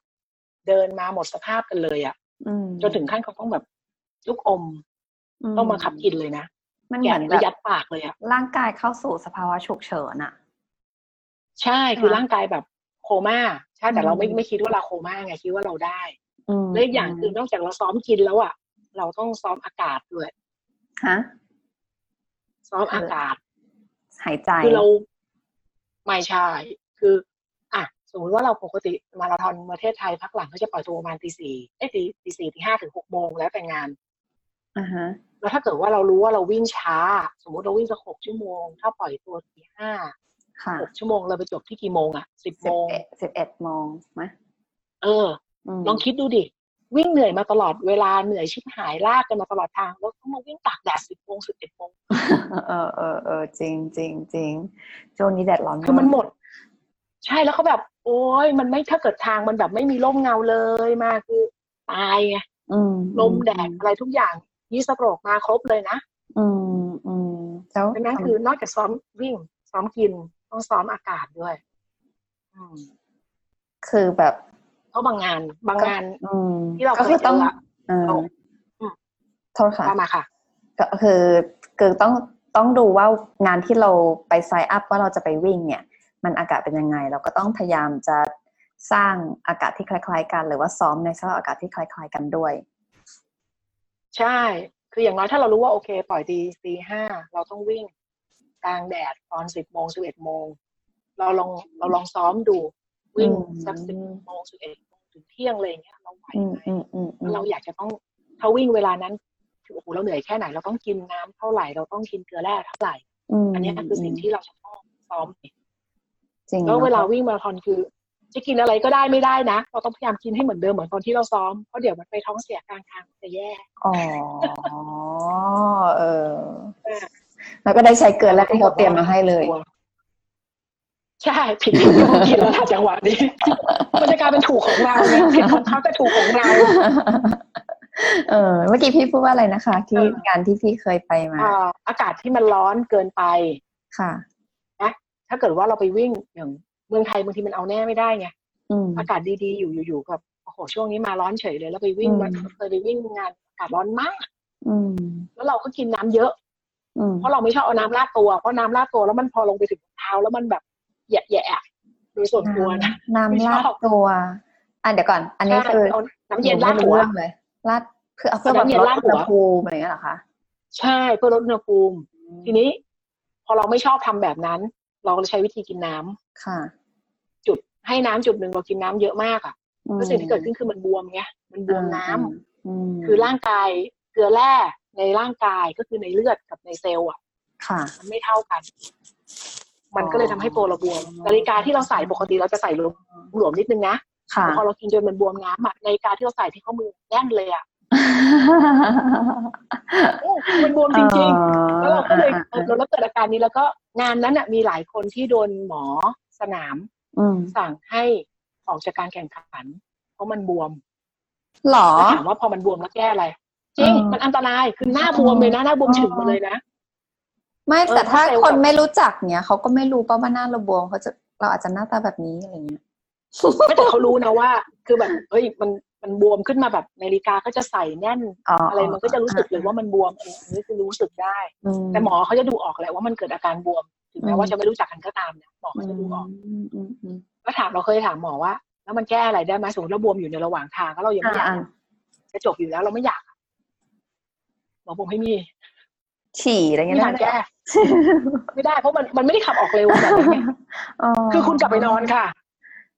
เดินมาหมดสภาพกันเลยอะ่ะ
อืม
จนถึงขั้นเขาต้องแบบลูกอมต้องมาขับกินเลยนะ
มันเห
แกะ
มือนแบ
แล้วยั
บ
ดปากเลยอะ่ะ
ร่างกายเข้าสู่สภาวะฉุกเฉินอะ
ใช่คือ
ค่ะ
ร่างกายแบบโคม่าใช่แต่เราไม่
อืม
ไม่คิดว่าเราโคม่าไงคิดว่าเราได้
อืม
และอีกอย่างคือนอกจากเราซ้อมกินแล้วอะ่ะ เราต้องซ้อมอากาศด้วย
ฮะ
ซ้อมอากาศ
หายใจ
คือเราไม่ใช่ คืออ่ะสมมติว่าเราปกติมาราธอนประเทศไทยพักหลังเขาจะปล่อยตัวประมาณตีสี่ไอ้ยตีตีสี่ตีห้าถึงหกโมงแล้วแต่งาน
อ่าฮะ
แล้วถ้าเกิดว่าเรารู้ว่าเราวิ่งช้า สมมติเราวิ่งสักหกชั่วโมง ถ้าปล่อยตัวตีห้า
ค่ะ
หกชั่วโมงเราไปจบที่กี่โมงอ่ะสิบ
สิ
โม
บ
ง
เอ็ดสิบเอ็ดโมงไหม
เออ
ม
ลองคิดดูดิ วิ่งเหนื่อยมาตลอดเวลาเหนื่อยชิบหายลากกันมาตลอดทางแล้วต้องมาวิ่งตากแดดสิบโมงสิบเอ็ดโมง
เออเออเออจริงจริงจริงช่วงนี้แดดร้อนาก
คือมันหมด ใช่แล้วเขาแบบ โอ้ยมันไม่ถ้าเกิดทางมันแบบไม่มีร่มเงาเลยมาคือตายไง
อืม
ลมแดดอะไรทุกอย่างยี่สโตรกมาครบเลยนะ
อืมอืมแล้ว
ดังนั้นคือนอกจากซ้อมวิ่ง ซ้อมกิน ต้องซ้อมอากาศด้วยอืม
คือแบบ
เพราะบางงานบางงาน
อืม
ที่เรา
ก็คือต้อง
เคยเจออะ
เออ
เอาอืม
โทษค่ะ
ว่ามาค่ะ
ก็คือคือต้องต้องดูว่างานที่เราไปไซน์อัพว่าเราจะไปวิ่งเนี่ย มันอากาศเป็นยังไง เราก็ต้องพยายามจะสร้างอากาศที่คล้าย ๆ กัน หรือว่าซ้อมในสภาพอากาศที่คล้าย ๆ กันด้วย
ใช่ คืออย่างน้อยถ้าเรารู้ว่าโอเค ปล่อยตีตีห้าเราต้องวิ่ง กลางแดดตอนสิบโมงสิบเอ็ดโมงเราลองเราลองซ้อมดู วิ่ง
อืม
สักสิบโมงสิบเอ็ดโมงถึงเที่ยงอะไรอย่างเงี้ยเราไหว
อืม
ไหม
อืมอืมอืม
เราอยากจะต้องถ้าวิ่งเวลานั้นคือโอ้โหเราเหนื่อยแค่ไหน เราต้องกินน้ำเท่าไหร่เราต้องกินเกลือแร่เท่าไหร่
ม
อันเนี้ยคือสิ่งที่เราจะต้องซ้อม
จริง
แล้วเวลา
นะ
วิ่งมาราธอนคือ จะกินอะไรก็ได้ไม่ได้นะ เราต้องพยายามกินให้เหมือนเดิมเหมือนตอนที่เราซ้อมเพราะเดี๋ยวมันไปท้องเสียกลางทางจะแย่
อ๋อเออ
เออ
แล้วก็ได้ใช้เกลือแล้วที่เขาเตรียมมาให้เลย
ใช่ผิดที่เรากินแล้วล่ะจังหวะนี้ มันจะกลายเป็นถูกของเราเนี่ยผิดของเขาแต่ถูกของเรา
เออเมื่อกี้พี่พูดว่าอะไรนะคะ ที่
เออ
งานที่พี่เคยไปมา
อ่าอากาศที่มันร้อนเกินไป
ค่ะ
ถ้าเกิดว่าเราไปวิ่งอย่างเมืองไทยบางทีมันเอาแน่ไม่ได้ไง
อืม
อากาศดีๆ อยู่อยู่ๆกับโอ้โหช่วงนี้มาร้อนเฉยเลย แล้วไปวิ่ง
อืม
มาเคยไปวิ่งงานอากาศร้อนมาก
อืม
แล้วเราก็กินน้ำเยอะ
อืม
เพราะเราไม่ชอบเอาน้ำราดตัว เพราะน้ำราดตัวแล้วมันพอลงไปถึงเท้าแล้วมันแบบแยะๆอะโดยส่วนตัวนะ
น้ำ
ไม่ช
รา
อ
ด
บ
ตัว อ่ะเดี๋ยวก่อน อันนี้
ใช่
คือ
เอาน้ำเย็นราด
ไม่
หัว
เรื่องเลยราดเพื่อเอาเพื่อแบบ
น้ำเย็น
ลด
ราดหั
อุณ
ว
หภูมิอะไรอย่างเงี้ยเหรอคะ
ใช่เพื่อลดอุณหภูมิ ทีนี้ พอเราไม่ชอบทำแบบนั้น เราเลยใช้วิธีกินน้ำ
ค่ะ
จุดให้น้ำจุดหนึ่งเรากินน้ำเยอะมากอ่ะ
อืม
ก็สิ่งที่เกิดขึ้นคือมันบวมไงมันบวมน้ำ
อืม
คือร่างกายเกลือแร่ในร่างกายก็คือในเลือดกับในเซลล์อ่ะ
ค่ะ
มันไม่เท่ากัน มันก็เลยทำให้ตัวเราบวม นาฬิกาที่เราใส่ปกติเราจะใส่หลวมหลวมนิดนึงนะ
ค่ะ
แต่พอเรากินจนมันบวมน้ำอะนาฬิกาที่เราใส่ที่ข้อมือแน่นเลยอ่ะโอ้มันบวมจริง ๆ แล้วเราก็เลยเออเราเกิดอาการนี้แล้วก็งานนั้นอ่ะมีหลายคนที่โดนหมอสนาม
อืม
สั่งให้ออกจากการแข่งขัน เพราะมันบวม
หรอ
ถามว่าพอมันบวมแล้วแก้อะไร จริง
เออ
มันอันตรายคือหน้าบวมเลยนะหน้าบวมฉึงมาเลยนะ
ไม่
เออ
แต่ถ้า
เข้าใจ
คน
ว่า
ไม่รู้จักเนี้ยเขาก็ไม่รู้ป่ะว่าหน้าเราบวมเขาจะเราอาจจะหน้าตาแบบนี้อะไรเงี้ย
ไม่แต่เขารู้นะว่า คือแบบเฮ้ยมันมันบวมขึ้นมาแบบนาฬิกาก็จะใส่แน่น อะไรมันก็จะรู้สึกเลยว่ามันบวมอันนี้คือรู้สึกได้ แต่หมอเขาจะดูออกแหละว่ามันเกิดอาการบวมถึง
อื
แม้
ม
ว่าจะไม่รู้จักกันก็ตามเนี่ยหมอเขาจะดูออกก็ถามเราเคยถามหมอว่า แล้วมันแก้อะไรได้ไหมสมมติเราบวมอยู่ในระหว่างทางก็เรายังไม่อยากจะจบอยู่แล้วเราไม่อยากหมอบอกไม่มี
ฉี่อะไร
ไม่
เงี้
มี
ย
ทางแก้ ไม่ได้เพราะมันมันไม่ได้ขับออกเร็วแบบนั้นไง คือคุณกลับไปนอนค่ะ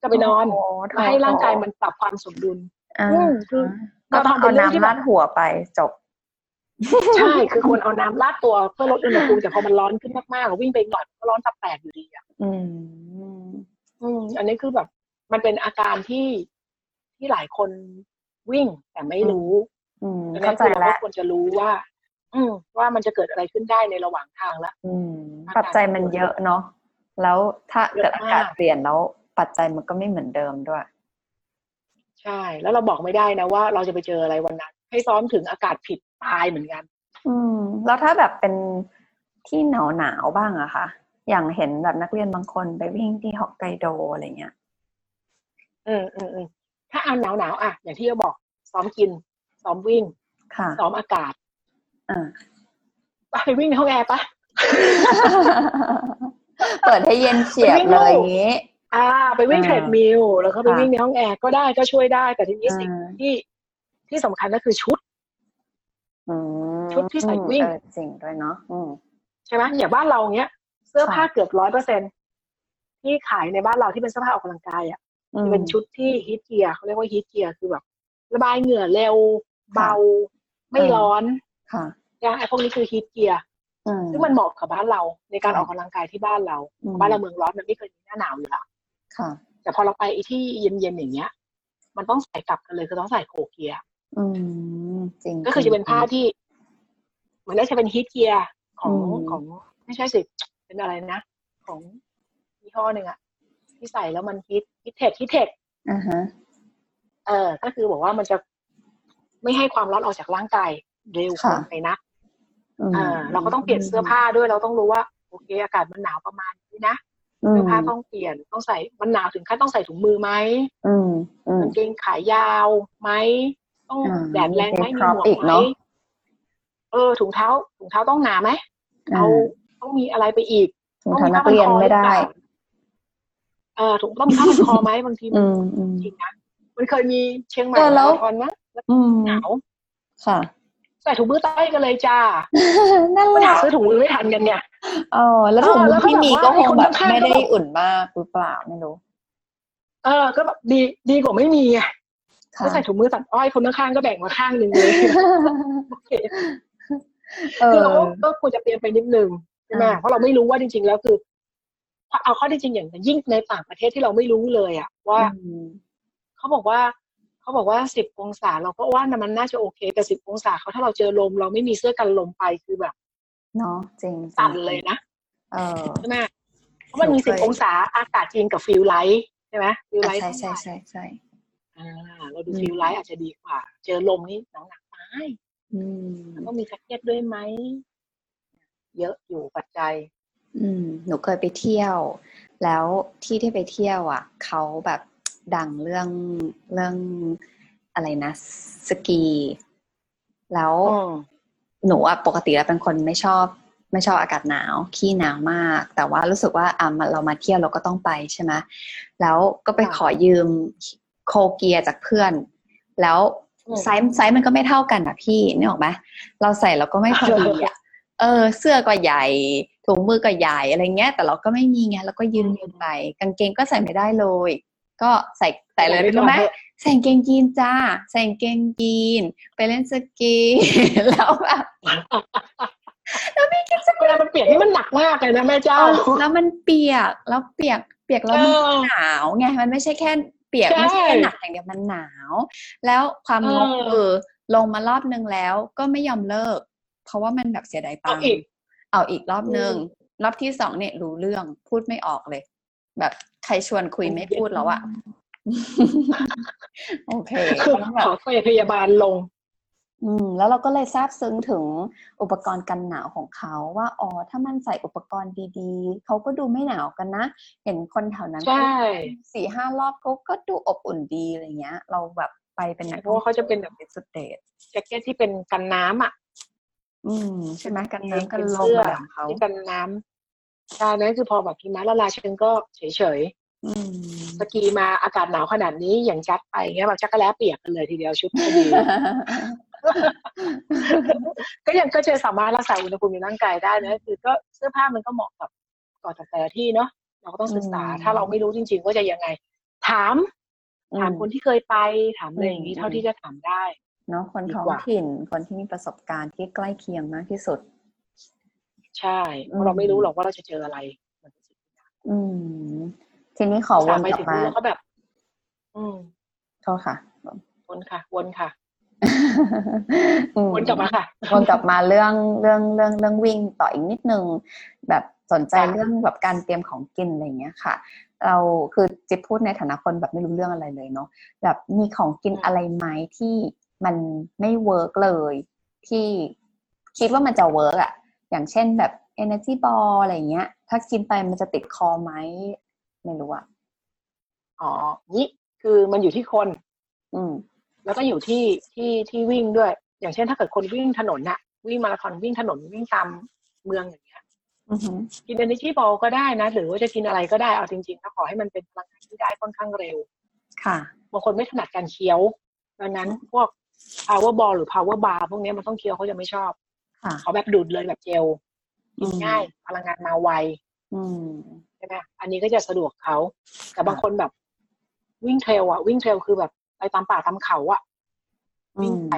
กลับไปนอนเพื่อให้ร่างกายมันปรับความสมดุล อืมคือ
ก็ต้องเอาน้ำราดหัวไปจบ
ใช่คือควรเอาน้ำราดตัวเพื่อลดอุณหภูมิแต่พอมันร้อนขึ้นมากๆอะวิ่งไปหน่อยก็ร้อนตับแตกอยู่ดีอ่ะ
อืม
อืม อันนี้คือแบบ มันเป็นอาการที่ที่หลายคนวิ่งแต่ไม่รู้
อืม
ดัง
เข้า
นั้น
ใจ
คือเรา
แล้ว
ก็ควรจะรู้ว่า อืม ว่ามันจะเกิดอะไรขึ้นได้ในระหว่างทางละ
อืม
อาการ
ปัจจัยมันเยอะเนาะแล้วถ้า
เยอะ
เกิดอากาศ
มาก
เปลี่ยนแล้ว ปัจจัยมันก็ไม่เหมือนเดิมด้วย
ใช่ แล้วเราบอกไม่ได้นะว่าเราจะไปเจออะไรวันนั้น ให้ซ้อมถึงอากาศผิดตายเหมือนกัน
อืม แล้วถ้าแบบเป็นที่หนาวหนาวๆบ้างอะคะอย่างเห็นแบบนักเรียนบางคนไปวิ่งที่ฮอกไกโดอะไรเงี้ย
อืมอืมอืมถ้าอันหนาวหนาวๆอ่ะอย่างที่เราบอก ซ้อมกิน ซ้อมวิ่ง
ค่ะ
ซ้อมอากาศ
อ่า
ไปวิ่งในห้องแอร์ปะ
เปิดให้เย็นเฉียบเลยอย่างงี้
อ่า ไปวิ่ง
อ่า
เทรดมิลแล้วก็ไป
ค่ะ
วิ่งในห้องแอร์ก็ได้ก็ช่วยได้ แต่ทีนี้
อ่า
สิ่งที่ที่สำคัญก็คือชุด
อืม
ชุดที่ใส่วิ่ง
เออจริงด้วยเนาะอืม
ใช่ไหมอย่างบ้านเราเนี้ย เสื้อผ้า
ค่ะ
เกือบร้อยเปอร์เซ็นที่ขายในบ้านเราที่เป็นเสื้อผ้าออกกำลังกายอ่ะ
อืม
จะเป็นชุดที่ฮีทเกียร์เขาเรียกว่าฮีทเกียร์คือแบบระบายเหงื่อเร็ว เบา ไม่
อืม
ร้อน
ค่ะ
อย่างไอ้พวกนี้คือฮีทเกียร์
อืม
ซึ่งมันเหมาะกับบ้านเรา ในการ
ค่ะ
ออกกำลังกายที่บ้านเรา
อืม
บ้านเราเมืองร้อนมันไม่เคยมีหน้าหนาวอยู่แล้ว
ค่ะ
แต่พอเราไปไอ้ที่เย็นๆอย่างเงี้ย มันต้องใส่กลับกันเลยคือต้องใส่โคเกียร์
อืม จริง
ก็คือจะเป็นผ้า
ริง
ที่เหมือนน่าจะเป็นฮีทเกียร์ของ
อืม
ของไม่ใช่สิเป็นอะไรนะ ของยี่ห้อหนึ่งอะที่ใส่แล้วมันฮิตฮิตเทคฮิตเทค
อ่าฮะ
เออ ก็คือบอกว่ามันจะไม่ให้ความร้อนออกจากร่างกายเร็ว
ค่ะ
เกินไปนัก
อืม
เออเราก็ต้องเปลี่ยนเสื้อผ้าด้วยเราต้องรู้ว่าโอเค อากาศมันหนาวประมาณนี้นะเสื้อผ้าต้องเปลี่ยนต้องใส่มันหนาวถึงขั้นต้องใส่ถุงมือไหม
อืมอืม
กางเกงขายาวไหมต้อง
อ่า
แดดแรงไหม
มี
มี
พร็อพ
หมวก
อีก
ไหม
เนอะ
เออถุงเท้าถุงเท้าต้องหนาไหม
อ่า
เขาต้องมีอะไรไปอีก
ถุงเท้านักเรียนไม่ได้
เออถูกต้องมีผ้าพันคอไหมบางที
อืมอืม
จริงนะมันเคยมีเชียงใหม่
เออแล้ว
มาราธอนนะแล้ว
อืม
หนาว
ค่ะ
ใส่ถุงมือใต้กันเลยจ้า
นั่น
ไม่
แห
อยา
ละ
กซื้อถุงมือไม่ทันกันเนี่ย
เออแล้วถุง
เออ
มื
แล้
อ
วก็
ที่มี
แบบ
ก็
ว่า
คงแบบ
ไอ้คนข้างๆ
ไม่ได้
ก็แบบ
อุ่นมากหรือเปล่าไม่รู้
เออก็แบบดีดีกว่าไม่มีไง
ค่ะ
ก็ใส่ถุงมือตัดอ้อยคนข้างๆก็แบ่งมาข้างหนึ่งเลย
เอ
คือ
อ
เราก็ควรจะเตรียมไปนิดนึงใช่ไหม
อ่า
เพราะเราไม่รู้ว่าจริง ๆ แล้วคือเอาข้อที่จริงอย่างยิ่งในต่างประเทศที่เราไม่รู้เลยอะว่า
อืม
เขาบอกว่าเขาบอกว่าสิบองศาเราก็ว่านะมันน่าจะโอเค แต่สิบองศาเขาถ้าเราเจอลม เราไม่มีเสื้อกันลมไปคือแบบ
เนาะจริงๆ
สั่นเลยนะ
เออ
ใช่ไหมเพราะมันมี
ถู
สิ
ก
บ
เลย
องศาอากาศจีนกับฟิลไลท์ใช่ไหมฟิลไล
อ่ะ
ท์
ใช่ใช่ใช่ใช่
อ่าเราดู
อืม
ฟิลไลท์อาจจะดีกว่า เจอลมนี่หนาวหนักตาย
อืม
ต้องมีแจ็คเก็ตด้วยไหม เยอะอยู่ปัจจัย
อืมหนูเคยไปเที่ยว แล้วที่ที่ไปเที่ยวอ่ะเขาแบบดังเรื่องเรื่องอะไรนะ สกี แล้ว
อืม
หนูอ่ะปกติแล้วเป็นคนไม่ชอบ ไม่ชอบอากาศหนาวขี้หนาวมาก แต่ว่ารู้สึกว่าอ่ะมาเรามาเที่ยวเราก็ต้องไปใช่ไหมแล้วก็ไปขอยืมโคเกียร์จากเพื่อน แล้ว
อืม
ไซส์ไซส์มันก็ไม่เท่ากันอะพี่นึกออกไหมเราใส่เราก็ไม่พอดีอะ เออเสื้อก็ใหญ่ถุงมือก็ใหญ่อะไรเงี้ย แต่เราก็ไม่มีไงเราก็ยืมยืมไป กางเกงก็ใส่ไม่ได้เลย ก็ใส่ใส่เลย
ไม่
ดีกว่าไหม
ต้องเถอะ
ใส่กางเกงยีนจ้าใส่กางเกงยีนไปเล่นสกี แล้วแบบแล้วไม่คิดจะ
เวลามันเปียกนี่มันหนักมากเลยนะแม่เจ้า
เอาแล้วมันเปียกแล้วเปียกเปียกแล้วมัน หนาวไงมันไม่ใช่แค่เปียก
ใช่
ไม่ใช่แค่หนักอย่างเดียวมันหนาว แล้วความ
เออ
งงคือลงมารอบนึงแล้วก็ไม่ยอมเลิก เพราะว่ามันแบบเสียดายตั
เอา
งค์
อีก
เอาอีกรอบนึงรอบที่สองเนี่ยรู้เรื่องพูดไม่ออกเลย แบบใครชวนคุยไม่พูดแล้วอะ โอเค
คือ
แล้วแบบ
ขอไปพยาบาลลง
อืม แล้วเราก็เลยซาบซึ้งถึงอุปกรณ์กันหนาวของเขาว่าอ๋อถ้ามันใส่อุปกรณ์ดีๆเขาก็ดูไม่หนาวกันนะเห็นคนแถวนั้น
ใช่
เขา สี่ห้ารอบเขาก็ดูอบอุ่นดีอะไรเงี้ย เราแบบไปเป็นนัก
เพราะว่าเขาจะเป็นแบบ
เสเตท
แจ็คเก็ตที่เป็นกันน้ำอ่ะ
อืมใช่ไหมกันน้ำกัน
เป็น
ล
เสื้
ม
อ
อะไรของเขา
ที่กันน้ำใช่นั่นคือพอแบบพิมะละลายเชิงก็เฉย
อืม
ๆสกีมาอากาศหนาวขนาดนี้อย่างจัดไปเงี้ยแบบจักรแล้เปียกกันเลยทีเดียวชุดพอดี ก็ยังก็จะสามารถรักษาอุณหภูมิในร่างกายได้นะคือก็เสื้อผ้ามันก็เหมาะกับก่อนแต่ละที่เนาะเราก็ต้องศึกษา ถ้าเราไม่รู้จริง ๆ ว่าจะยังไง ถาม ถามคนที่เคยไปถามอะไรอย่างนี้เท่าที่จะถามได้
เนาะคนท้อง
ดีกว่า
ถิ่นคนที่มีประสบการณ์ที่ใกล้เคียงมากที่สุด
ใช่เพราะเราไม่รู้หรอกว่าเราจะเจออะไร
อืม ทีนี้ขอว
ถาม
น
ไป
กลั
ถึ
บ
ง
มา
รู้แล้วก็แบบ อืม
โทษค่ะ
วนค่ะ วนค่ะ
อืม
วนกลับมาค่ะ
วนกลับมาเรื่องเรื่องเรื่องเรื่องวิ่งต่ออีกนิดนึงแบบสนใจ
ค่ะ
เรื่องแบบการเตรียมของกินอะไรอย่างเงี้ยค่ะ เราคือจิ๊บพูดในฐานะคนแบบไม่รู้เรื่องอะไรเลยเนาะแบบมีของกิน
อืม
อะไรไหมที่มันไม่เวิร์กเลยที่คิดว่ามันจะเวิร์กอะอย่างเช่นแบบ energy bar อะไรอย่างเงี้ย ถ้ากินไปมันจะติดคอไหมไม่รู้อะ
อ๋อนี่คือมันอยู่ที่คน
อืม
แล้วก็อยู่ที่ที่ที่วิ่งด้วย อย่างเช่นถ้าเกิดคนวิ่งถนนน่ะ วิ่งมาราธอนวิ่งถนนวิ่งตามเมืองอย่างเงี้ย
อือหือ
กินเอเนจีบอลก็ได้นะ หรือว่าจะกินอะไรก็ได้เอาจริงๆถ้าขอให้มันเป็นพลังงานที่ได้ค่อนข้างเร็ว
ค่ะ
บางคนไม่ถนัดการเคี้ยวดังนั้นพวก power ball หรือ power bar พวกเนี้ยมันต้องเคี้ยวเขาจะไม่ชอบ
ค่ะ
เขาแบบดูดเลยแบบเจลกินง่ายพลังงานมาไว
อืม
ใช่ไหมอันนี้ก็จะสะดวกเขา แต่บางคนแบบ วิ่งเทรลอะวิ่งเทรลคือแบบไปตามป่าตามเขาอะ
อืม
วิ่งไป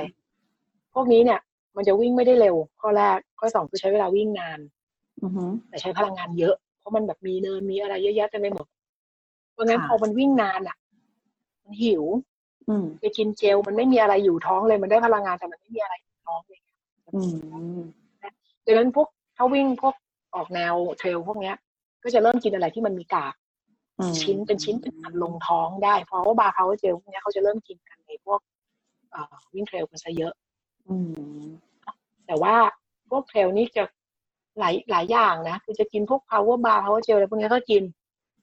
พวกนี้เนี่ย มันจะวิ่งไม่ได้เร็ว ข้อแรก ข้อสองคือใช้เวลาวิ่งนาน
อือหือ
แต่ใช้พลังงานเยอะ เพราะมันแบบมีเนินมีอะไรเยอะแยะเต็มไปหมดเพราะงั้น
ค่ะ
พอมันวิ่งนานอะมันหิว
อืม
ไปกินเจลมันไม่มีอะไรอยู่ท้องเลยมันได้พลังงานแต่มันไม่มีอะไรอยู่ท้องเลย
อืม
ดังนั้นพวกถ้าวิ่งพวกออกแนวเทรลพวกเนี้ย ก็จะเริ่มกินอะไรที่มันมีกาก
อืม
ชิ้นเป็นชิ้นเป็นอันลงท้องได้ เพราะว่าบาร์เขาเจลพวกเนี้ยเขาจะเริ่มกินกันในพวกเอ่อวิ่งเทรลกันซะเยอะ
อืม
แต่ว่าพวกเทรลนี่จะหลายหลายอย่างนะคือจะกินพวก power bar power gel อะไรพวกเนี้ยก็กิน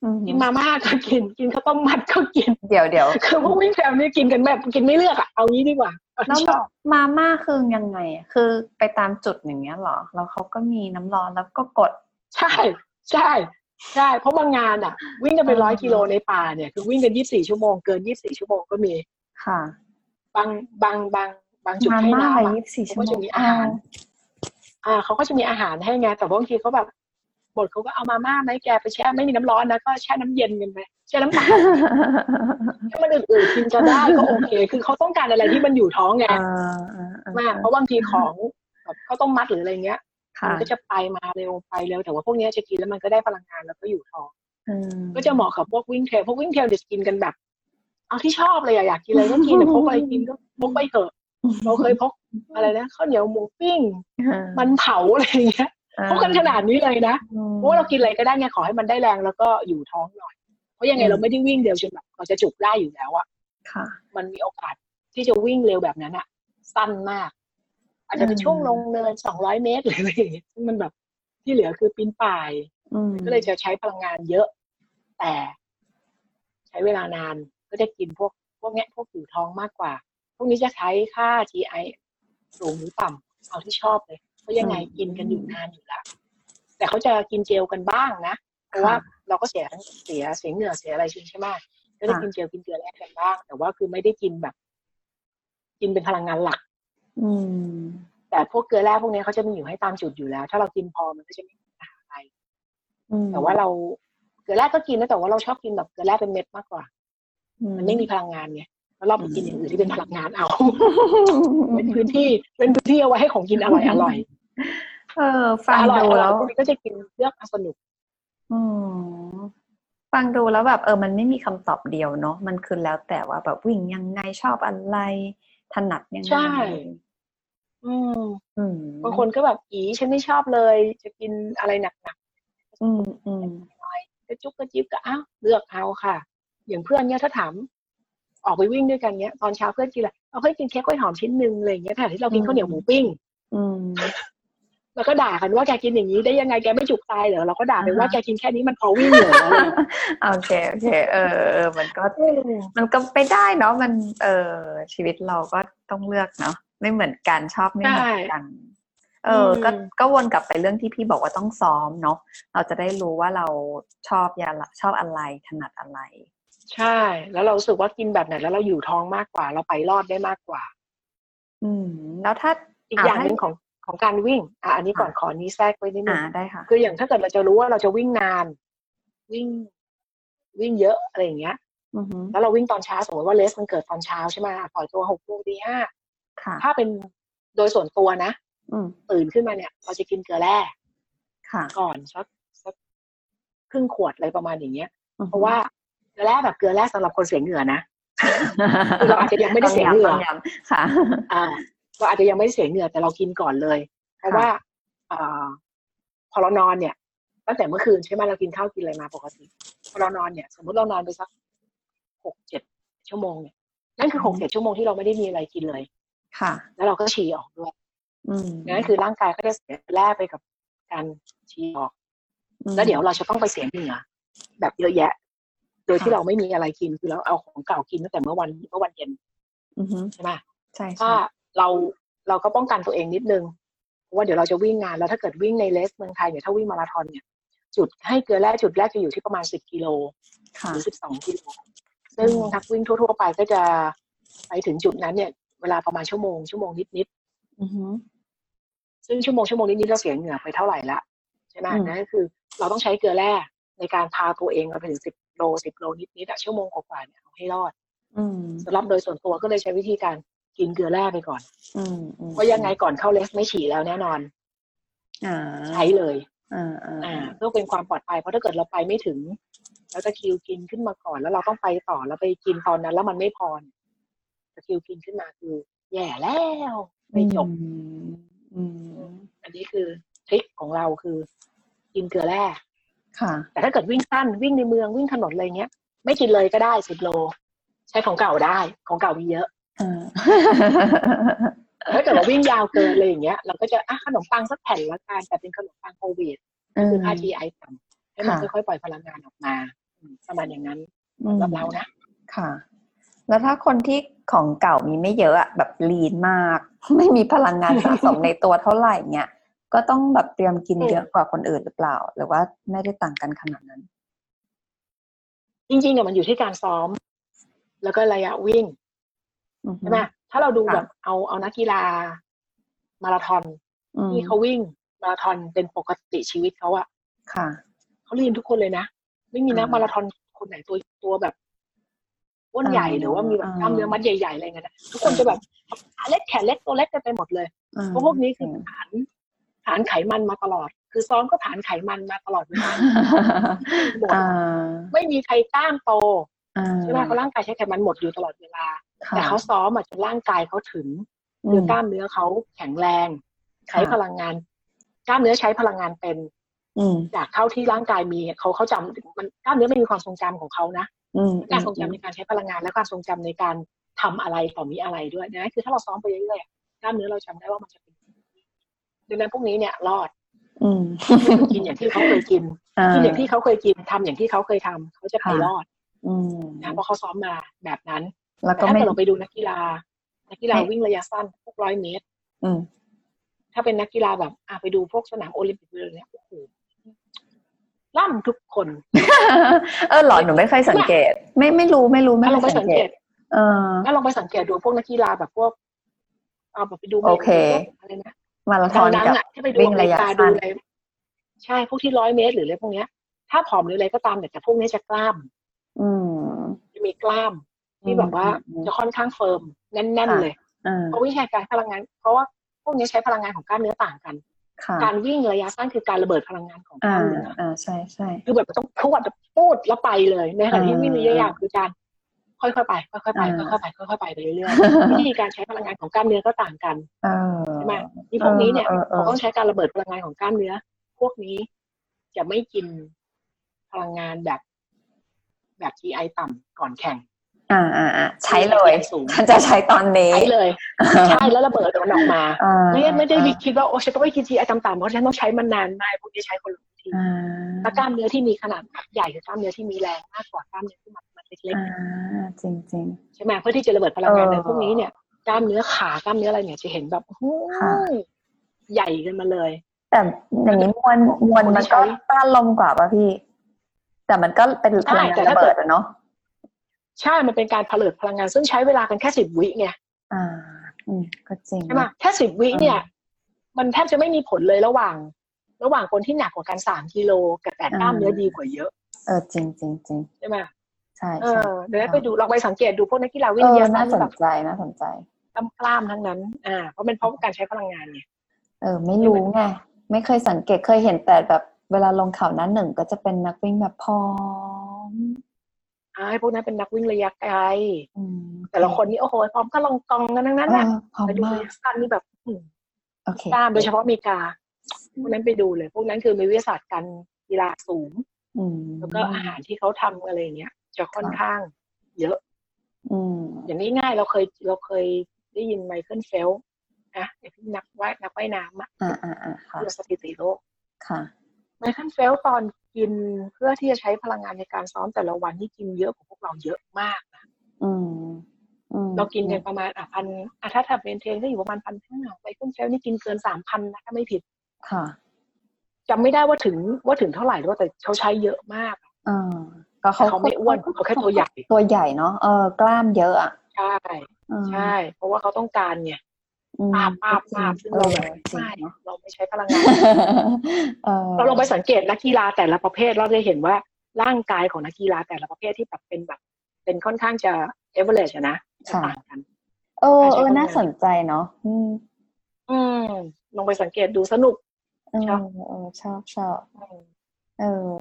อืม
กินมาม่าก็กิน กินข้าวต้มมัดก็กิน
เดี๋ยวเดี๋ยว
คือพวกวิ่งเทรลนี่กินกันแบบกินไม่เลือกอะเอางี้ดีกว่าเอา
แล้ว
ที่ชอบ
มาม่าคือยังไงอะคือไปตามจุดอย่างเงี้ยเหรอ แล้วเขาก็มีน้ำร้อนแล้วก็กด
ใช่ใช่ใช่เพราะบางงานอะวิ่งกันเป็นร้อยกิโลในป่าเนี่ยคือวิ่งกันยี่สิบสี่ชั่วโมงเกินยี่สิบสี่ชั่วโมงก็มี
ค่ะ
บางบางบางบางจุด
มา
ให้
ม่า
น้ำ
อะไร
อะ
ยี่สิบสี่ชั่
เขา
วโม
ก็
ง
จะมีอาหาร อ่าเขาก็จะมีอาหารให้ไง แต่บางทีเขาแบบบทเขาก็เอามาม่าไหมแกไปแช่ไม่มีน้ำร้อนนะก็แช่น้ำเย็นกันไปแช่น้ำเปล่าให้มันอื่นๆกินจะได้ก็โอเค คือเขาต้องการอะไรที่มันอยู่ท้องไง
อ่าอ่อ่
มากเพราะบางทีของแบบข้าวต้มมัดหรืออะไรเงี้ย
ค่ะ
มันก็จะไปมาเร็วไปเร็วแต่ว่าพวกเนี้ยจะกินแล้วมันก็ได้พลังงานแล้วก็อยู่ท้อง
อืม
ก็จะเหมาะกับพวกวิ่งเทรลพวกวิ่งเทรลจะกินกันแบบ เอาที่ชอบเลยอะอยากกินอะไรก็กินแต่พกอะไรกินก็พกไปเถอะเราเคยพกอะไรนะข้าวเหนียวหมูปิ้ง มันเผาอะไรอย่างเงี้ยพกกันขนาดนี้เลยนะ
อืม
เพราะว่าเรากินอะไรก็ได้ไงขอให้มันได้แรงแล้วก็อยู่ท้องหน่อย เพราะยังไง
อืม
เราไม่ได้วิ่งเร็วจนแบบเราจะจุกได้อยู่แล้วอะ
ค่ะ
มันมีโอกาสที่จะวิ่งเร็วแบบนั้นอะสั้นมาก อาจจะเป็น
อืม
ช่วงลงเนินสองร้อยเมตรหรืออะไรอย่างเงี้ยซึ่งมันแบบที่เหลือคือปีนป่าย
อืม
ก็เลยจะใช้พลังงานเยอะ แต่ใช้เวลานานก็จะกินพวกพวกเนี้ยพวกอยู่ท้องมากกว่า พวกนี้จะใช้ค่า GI สูงหรือต่ำเอาที่ชอบเลยเพราะยังไงกินกันอยู่นานอยู่แล้วแต่เขาจะกินเจลกันบ้างนะเพราะว่าเราก็เสียเสียเสียเหงื่อเสียอะไรชิ้นใช่ไหมก็จะกินเจลกินเกลือแลกกันบ้าง แต่ว่าคือไม่ได้กินแบบ กินเป็นพลังงานหลัก
อืม
แต่พวกเกลือแร่พวกเนี้ยเขาจะมีอยู่ให้ตามจุดอยู่แล้ว ถ้าเรากินพอมันก็จะไม่มีปัญหาอะไร
อืม
แต่ว่าเราเกลือแร่ก็กินนะแต่ว่าเราชอบกินแบบเกลือแร่เป็นเม็ดมากกว่า มันไม่มีพลังงานไงแล้วเราไปกินอย่างอื่นที่เป็นพลังงานเอา
อื
เป็น
ม
พื้นที่เป็นพื้นที่เอาไว้ให้ของกินอร่อยอร่อย
เออ ฟัง
อร่อย
ดู
อร่อ
แล้
ยว พวกนี้ก็จะกินเลือกเอาสนุก
อืมฟังดูแล้วแบบเออ มันไม่มีคำตอบเดียวเนาะมันคือแล้วแต่ว่าแบบวิ่งยังไงชอบอะไร ถนัดยังไง
ใช่ อืม
อืม
บางคนก็แบบอีฉันไม่ชอบเลย จะกินอะไรหนัก
อืมอืม
ๆกระจุกกระจิบก็อ้าวเลือกเอาค่ะ อย่างเพื่อนเนี่ยถ้าถาม ออกไปวิ่งด้วยกันเนี้ย ตอนเช้าเพื่อนกินอะไรเอาเฮ้ยกินเค้กกล้วยหอมชิ้นหนึ่งอะไรอย่างเงี้ยแต่ที่เรากินข้าวเหนียวหมูปิ้ง
อืม
แล้วก็ด่ากันว่าแกกินอย่างนี้ได้ยังไงแกไม่จุกตายเหรอเราก็ด่าไปว่า
อ่าฮะ
แกกินแค่นี้มันพอวิ่งเหรออะไรอย่างเงี้ย
โอเคโอเค เออเออมันก็ มันก็ไปได้เนาะมัน เออชีวิตเราก็ต้องเลือกเนาะไม่เหมือนกันชอบไม่เหมือนกัน เอออ
ม
ก็ก็วนกลับไปเรื่องที่พี่บอกว่าต้องซ้อมเนาะเราจะได้รู้ว่าเราชอบยาละชอบอะไรถนัดอะไร
ใช่ แล้วเรารู้สึกว่ากินแบบไหนแล้วเราอยู่ท้องมากกว่า เราไปรอดได้มากกว่า
อืม แล้วถ้า
อีก
อ่ะ
อย่างหนึ่ง
ให้
ของของการวิ่ง อ่ะอันนี้ก่อน
อ่ะ
ขออันนี้แทรกไว้นิดนึ
อ่าง ได้ค่ะ
คืออย่างถ้าเกิดเราจะรู้ว่าเราจะวิ่งนาน วิ่ง วิ่งเยอะอะไรอย่างเงี้ย
อือฮึ
แล้วเราวิ่งตอนเช้าสมมติว่าเลสมันเกิดตอนเช้าใช่ไหมอ่ะปล่อยตัวหกโมงตีห้า
ค่ะ
ถ้าเป็นโดยส่วนตัวนะ
อืม
ตื่นขึ้นมาเนี่ย เราจะกินเกลือแร่
ค่ะ
ก่อนสักสักครึ่งขวดอะไรประมาณอย่างเงี้ย
อือฮึ
เพราะว่าเกลือแร่แบบเกลือแร่สำหรับคนเสียเหงื่อนะ คือเราอาจจะยังไม่ได้เสียเหงื่อ
ต้ ย้ำต้งย้ำค่ะ
อ่าเราอาจจะยังไม่ได้เสียเหงื่อแต่เรากินก่อนเลย เพราะว่าอ่าพอเรานอนเนี่ย ตั้งแต่เมื่อคืนใช่ไหมเรากินข้าวกินอะไรมาปกติพอเรานอนเนี่ย สมมติเรานอนไปสักหกเจ็ดชั่วโมงเนี่ยนั่นคือ
อืม
หกเจ็ดชั่วโมงที่เราไม่ได้มีอะไรกินเลย
ค่ะ
แล้วเราก็ฉี่ออกด้วย
อืม
นั่นคือร่างกายก็จะเสียแร่ไปกับการฉี่ออก
ม
แล้วเดี๋ยวเราจะต้องไปเสียเหงื่อแบบเยอะแยะ โดย
ค่ะ
ที่เราไม่มีอะไรกินคือเราเอาของเก่ากินตั้งแต่เมื่อวันเมื่อวันเย็น
อือฮึ
ใช่ไหม
ใช่
ถ้า
ใช่
เราเราก็ป้องกันตัวเองนิดนึงเพราะว่าเดี๋ยวเราจะวิ่งงานแล้วถ้าเกิดวิ่งในเลสเมืองไทยเนี่ยถ้าวิ่งมาราธอนเนี่ย จุดให้เกลือแร่จุดแรกจะอยู่ที่ประมาณสิบกิโลห
ค่ะ
รือสิบสองกิโลซึ่ง
อืม
นักวิ่งทั่ว ๆ ไปก็จะไปถึงจุดนั้นเนี่ย เวลาประมาณชั่วโมงชั่วโมงนิด
อือฮึ
ๆซึ่งชั่วโมงชั่วโมงนิดๆเราเสียเหงื่อไปเท่าไหร่ละใช่ไหม
อืม
นั่นก็คือเราต้องใช้เกลือแร่ในการพาตัวเองเราไปถึงสิบโลสิบโลนิดๆอะชั่วโมงกว่าๆเนี่ยเอาให้รอด
อืม
สำหรับโดยส่วนตัวก็เลยใช้วิธีการกินเกลือแร่ไปก่อน
อืมอืม
ว่าะยังไงก่อนเข้าเลสไม่ฉี่แล้วแน่นอน
อ่า
ใช้เลย
อ่าอ่า
อ่าเพื่อเป็นความปลอดภัยเพราะถ้าเกิดเราไปไม่ถึงเราจะคิวกินขึ้นมาก่อน แล้วเราต้องไปต่อแล้วไปกินตอนนั้น แล้วมันไม่พอจะคิวกินขึ้นมาคือ แย่แล้วไม่จบ
อืมอืม
อันนี้คือทริคของเราคือกินเกลือแร่
ค่ะ
แต่ถ้าเกิดวิ่งสั้นวิ่งในเมืองวิ่งถนนอะไรเงี้ย ไม่กินเลยก็ได้สิบโล ใช้ของเก่าได้ของเก่ามีเยอะ
อ่า
ถ้าเกิดว่าวิ่งยาวเกินอะไรอย่างเงี้ยเราก็จะอ่ะขนมปังสักแผ่นละกันแต่เป็นขนมปังโควิด
อืม
คือค่า GI ต่ำให้มัน
ค่ะ
ค่อยๆปล่อยพลังงานออกมาอืมประมาณอย่างนั้น
อืม
สำหรับเรานะ
ค่ะ แล้วถ้าคนที่ของเก่ามีไม่เยอะอะแบบลีนมาก ไม่มีพลังงานสะสมในตัวเท่าไหร่เนี่ย ก็ต้องแบบเตรียมกินเยอะกว่าคนอื่นหรือเปล่า หรือว่าไม่ได้ต่างกันขนาดนั้น
จริงๆเนี่ยมันอยู่ที่การซ้อม แล้วก็ระยะวิ่ง
อือฮึ
ใช่ไหมถ้าเราดู
ค่ะ
แบบเอาเอานักกีฬา มาราธอน
อืม
ที่เขาวิ่ง มาราธอนเป็นปกติชีวิตเขาอะ
ค่ะ
เขาเรียนทุกคนเลยนะไม่มีนัก
อ่าม
มาราธอนคนไหนตัวตัวแบบอ้วนใหญ่
อ่า
หรือว่ามีแบบ
อ่าก
ล้ามเนื้อมัดใหญ่ๆอะไรเงี้ยนะทุกคน
อ่า
จะแบบขาเล็กแขนเล็กตัวเล็กกันไปหมดเลย
อ่า
เพราะพวกนี้คือฐานฐานไขมันมาตลอด คือซ้อมก็ฐานไขมันมาตลอดเว ลา หมด
อ่า
ไม่มีใครกล้ามโต
อ่า
ใช่ไหมเพราะร่างกายใช้ไขมันหมดอยู่ตลอดเวลา
ค่ะ
แต่เขาซ้อมอะจนร่างกายเขาถึง
ม
คือกล้ามเนื้อเขาแข็งแรง
ค่ะ
ใช้พลังงาน กล้ามเนื้อใช้พลังงานเป็น
อืม
จากเท่าที่ร่างกายมีเขาเขาจำมันกล้ามเนื้อไม่มีความทรงจำของเขานะ
อืม
การทรงจำในการใช้พลังงาน และความทรงจำในการทำอะไรต่อมีอะไรด้วยนะคือถ้าเราซ้อมไปเรื่อยๆอะกล้ามเนื้อเราจำได้ว่ามันจะเป็นดังนั้นพวกนี้เนี่ยรอด
อืม
กินอย่างที่เขาเคยกิน
อ่า
กินอย่างที่เขาเคยกินทำอย่างที่เขาเคยทำเขาจะไปรอด
อืม
นะเพราะเขาซ้อมมาแบบนั้น
แล้ว
แต่
ก็
ถ้า
ไม่
เกิดเราไปดูนักกีฬา นักกีฬา
ไม่
วิ่งระยะสั้นพวกร้อยเมตร
อืม
ถ้าเป็นนักกีฬาแบบอ่ะไปดูพวกสนามโอลิมปิกเลยเนี่ยโอ้โหล่ำทุกคน
เออเหรอหนูไม่เคยสังเกต ไม่ไม่รู้ไม่รู้ไม่
ถ้าลอง
เค
ไป
ย
สั
สั
ง
ง
เก
เก
ต
ต เออ
ถ้าลองไปสังเกตดูพวกนักกีฬาแบบพวกเอาแบบไปดู
โอเค
พวกอะไรนะ
มาราธอน
ดัง
กับ
ๆอ่ะถ้าไปดู
วิ่งระยะ
อเมริกา
สั้
ดู
น
อะไรใช่พวกที่ร้อยเมตร หรืออะไรพวกเนี้ย ถ้าผอมหรืออะไรก็ตามเนี่ยแต่พวกเนี้ยจะกล้าม
อืม
จะมีกล้าม ที่บอกว่า
อืม
จะค่อนข้างเฟิร์มแน่น ๆ เลย
อ่า
เพราะวิชาการพลังงาน เพราะว่าพวกนี้ใช้พลังงานของกล้ามเนื้อต่างกัน
ค่ะ
การวิ่งระยะสั้นคือการระเบิดพลังงานของก
อ่า
ล้ามเนื้อ
อ่าใช่ใช่
คือแบบต้องพรวดแบบพูดแล้วไปเลยในขณะที่
อ่า
วิ่งระยะยาวคือการ ค่อยๆไปค่อยๆไป
อ่า
ค่อยๆไปค่อยๆไปไปเรื่อย ๆวิธีการใช้พลังงานของกล้ามเนื้อก็ต่างกัน
เออ
ใช่ไหมที่พวกนี้เนี่ย
ออออ
เขาต้องใช้การระเบิดพลังงานของกล้ามเนื้อ พวกนี้จะไม่กินพลังงานแบบ แบบ GI ต่ำก่อนแข่ง
อ่าอ่าอ่าใช้เลย
สูง
ฉันจะใช้ตอนนี้
ใช้เลย ใช่แล้วระเบิดมันออกมา
อ่า
ไม่ได้ไม่ได้วิคิดว่าโอ้ฉันต้องไปกินทีไอต่ำๆเพราะฉันต้องใช้มันนานไม่พวกนี้ใช้คนละวิธี
อ่า
และกล้ามเนื้อที่มีขนาดใหญ่คือกล้ามเนื้อที่มีแรงมากกว่ากล้ามเนื้อที่มันเล็ก
อ่าจริงจริง
ๆใช่ไหมเพื่อที่จะระเบิดพลังงาน
เออ
ในพวกนี้เนี่ยกล้ามเนื้อขากล้ามเนื้ออะไรเนี่ยจะเห็นแบบโอ้โห
ค่ะ
ใหญ่กันมาเลย
ๆแต่อย่างนี้มวลมวลมันก็
ใช้
ต้านลมกว่าป่ะพี่ แต่มันก็เป็นพลัง
ใช่แต่
งาน
ถ้า
ระเบิ
เกิ
ด
ด
อะเนาะ
ใช่มันเป็นการผลิตพลังงานซึ่งใช้เวลากันแค่สิบวิไง
อ่า อืมก็จริง
ใช่ไหมแค่สิบวิ
อืม
เนี่ย มันแทบจะไม่มีผลเลยระหว่าง ระหว่างคนที่หนักกว่ากันสามกิโลกับแต่กล้ามเนื้อดีกว่าเยอะ
เออจริงจริงจริง
ใช่ไหม
ใช่
เอ
ใช่
อเดี๋ยวให้ไปดูลองไปสังเกตดูพวกนักกีฬาวิ่
เอง
เย
อ
อะ
น่าส
นะที่แบ
น
บ
ใจน่าสนใจ
กล้ามกล้ามทั้งนั้น อ่า เพราะเป็นเพราะการใช้พลังงานไง
เออไม่รู้ไงไม่เคยสังเกตเคยเห็นแต่แบบเวลาลงข่าวหนั้นหนึ่งก็จะเป็นนักวิ่งแบบพร้อม
อ่าให้พวกนั้นเป็นนักวิ่งระยะไกล
อืม
แต่ละคนนี่โอ้โห พร้อมก็ลองกองกันทั้งนั้น
เอ
แหละ
อพร้อม
ไปดู
มา
ระ
ก
ยะสั้นนี่แบบอืม
โอเค
กล้ามโดยเฉพาะอเมริกา พวกนั้นไปดูเลย พวกนั้นคือมีวิทยาศาสตร์การกีฬาสูง
อืม
แล้วก็อาหารที่เขาทำอะไรอย่างเงี้ย จะค่อนข้างเยอะ
อืม
อย่างง่ายๆเราเคยเราเคยได้ยินไมเคิลเฟลป์นะไอ้ที่นักว่ายนักว่ายน้ำอะ
อ่าอ่าอ่าค่ะ
เพื่อสถิติโลก
ค่ะ
ไมเคิลเฟลป์ตอนกินเพื่อที่จะใช้พลังงานในการซ้อมแต่ละวันนี่กินเยอะกว่าพวกเราเยอะมาก
อืมอืม
เรากินกันประมาณอ่ะพันอ่ะถ้าถ้าเมนเทนก็อยู่ประมาณพันห้าไปขึ้นเซลนี่กินเกินสามพันนะถ้าไม่ผิด
ค่ะ
จำไม่ได้ว่าถึงว่าถึงเท่าไหร่ด้วยแต่เขาใช้เยอะมาก
เออก็เขา
เขาไม่อ้วนเขาแค่ตัวใหญ่
ตัวใหญ่เนาะเออกล้ามเยอะอ่ะ
ใช่
เออ
ใช่ เพราะว่าเขาต้องการเนี่ย
อืม
ปาบปาบปาบซึ่งเราแบบ
จริง
ไม่
เนาะ
เราไม่ใช้พลัง งาน
เออ
เราลองไปสังเกตนักกีฬาแต่ละประเภทเราจะเห็นว่าร่างกายของนักกีฬาแต่ละประเภทที่แบบเป็นแบบ เป็นค่อนข้างจะเอเวอเรจนะจะต่างกัน
เออเออน่าสนใจเนาะอืม
อืมลองไปสังเกตดูสนุก
เออ
ชอบ
เออชอบชอบ
อืม
เออ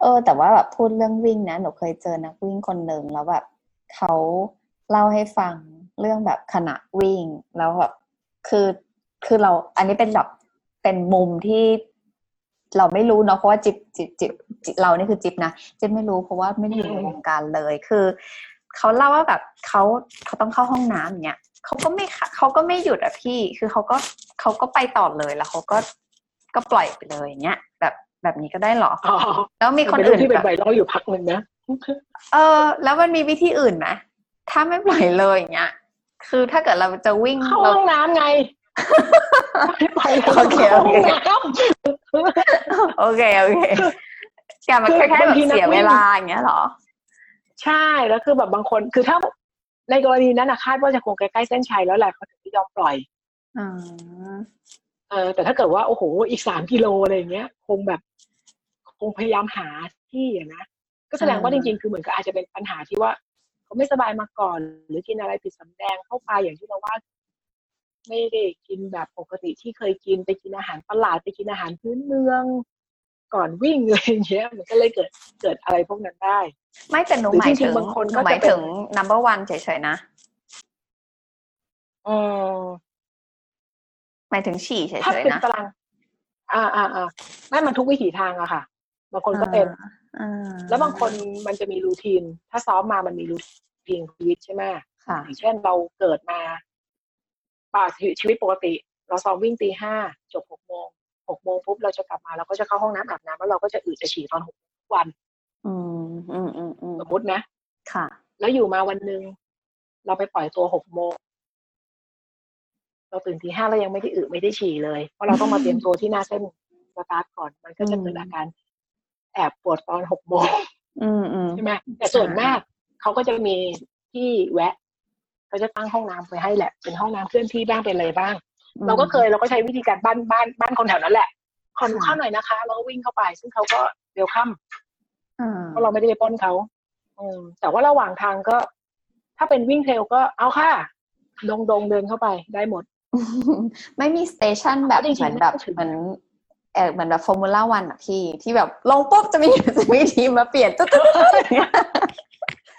เออ แต่ว่าแบบพูดเรื่องวิ่งนะหนูเคยเจอนักวิ่งคนหนึ่งแล้วแบบเขาเล่าให้ฟังเรื่องแบบขณะวิ่ง แล้วแบบคือคือเรา อันนี้เป็นแบบเป็นมุมที่เราไม่รู้เนาะเพราะว่าจิบจิบจิบจิบเรานี่คือจิบนะจิบไม่รู้เพราะว่าไม่ได้อยู่ในวงการเลย คือเขาเล่าว่าแบบเขาเขาต้องเข้าห้องน้ำอย่างเงี้ยเขาก็ไม่ค่ะเขาก็ไม่หยุดอะพี่ คือเขาก็เขาก็ไปต่อเลยแล้วเขาก็ก็ปล่อยไปเลยอย่างเงี้ยแบบแบบนี้ก็ได้เหรอ
อ๋อ
แล้วมีคน
เป็นเรื่
อื่
อน งที่เป็น
แบ
ไว
บ
รัลอยู่พักหนึ่งนะ
เออ แล้วมันมีวิธีอื่นไหมถ้าไม่ปล่อยเลยอย่างเงี้ย คือถ้าเกิดเราจะวิ่ง
เข้า
เรา
ห้องน้ำไง ไปแล้ว
โอเคโอเค
ข้าห้องน้ำ
โอเคโอเคแกมัน
คือ
แค่แบบ
างทีนักวิ่ง
เสียเวลาอย่างเงี้ยเหรอ
ใช่แล้วคือแบบบางคนคือถ้าในกรณีนั้นนะคาดว่าจะคงใกล้ๆเส้นชัยแล้วแหละเขาถึงไม่ยอมปล่อย
อ๋อ
เออแต่ถ้าเกิดว่าโอ้โหอีกสามกิโลอะไรอย่างเงี้ย คงแบบคงพยายามหาที่อะนะก็แสดงว่า
อ่า
จริงๆ คือเหมือนกับอาจจะเป็นปัญหาที่ว่าเขาไม่สบายมาก่อน หรือกินอะไรผิดสำแดงเข้าไปอย่างที่เราว่า ไม่ได้กินแบบปกติที่เคยกินไปกินอาหารตลาดไปกินอาหารพื้นเมือง ก่อนวิ่งอะไรอย่างเงี้ยมันก็เลยเกิดเกิดอะไรพวกนั้นได้
ไม่แต่หนู
หรือ
หมาย
จริ
ถึ
ง
ง
ๆบางคน
ห
ก็
นูหมาย
จะเป็น
ถึง number one เฉยๆนะ
เออ
หมายถึงฉี่เฉ
ถ้าย เป็
ๆ
น
นะ
ตาราง อ่าอ่าอ่าไม่มันทุกวิถีทางอะค่ะ บางคนก็เป็น
อ่า
แล้วบางคนมันจะมีรูทีน ถ้าซ้อมมามันมีรูทีนชีวิตใช่ไหม
ค่ะ
อย่างเช่นเราเกิดมาป่าชีวิตปกติ เราซ้อมวิ่งตีห้าจบหกโมงหกโมงปุ๊บเราจะกลับมาเราก็จะเข้าห้องน้ำอาบน้ำแล้วเราก็จะอืดจะฉี่ตอนหกโมงทุกวัน
อืมอืมอืมอืม
สมมตินะ
ค่ะ
แล้วอยู่มาวันหนึ่งเราไปปล่อยตัวหกโมงเราตื่นทีห้าเรายังไม่ได้อึไม่ได้ฉี่เลยเพราะเราต้องมาเตรียมตัวที่หน้าเส้นสตาร์ทก่อน มันก็จะเกิดอาการแอบปวดตอนหกโมง
อืมอืม
ใช่ไหมแต่ส่วนมากเขาก็จะมีที่แวะเขาจะตั้งห้องน้ำไว้ให้แหละ เป็นห้องน้ำเคลื่อนที่บ้างเป็นอะไรบ้าง เราก็เคยเราก็ใช้วิธีการบ้านบ้านบ้านคนแถวนั้นแหละขอหนู
ค่ะ
เข้าหน่อยนะคะ เราก็วิ่งเข้าไป ซึ่งเขาก็เวลคัม
อ่า
เพราะเราไม่ได้ไปปล้นเขา อืม แต่ว่าระหว่างทางก็ ถ้าเป็นวิ่งเทรลก็เอาค่ะ ดงดงๆเดินเข้าไปได้หมด
ไม่มีสเตชันแบบ
จริงๆ
เหมือนแบบ
ไม่ถึง
เหมือนเออเหมือนแบบฟอร์มูล่าวันอะพี่ที่แบบลงปุ๊บจะมี มีทีมมาเปลี่ยนตุ๊ดตุ๊ดตุ๊ดอย่างเงี้ย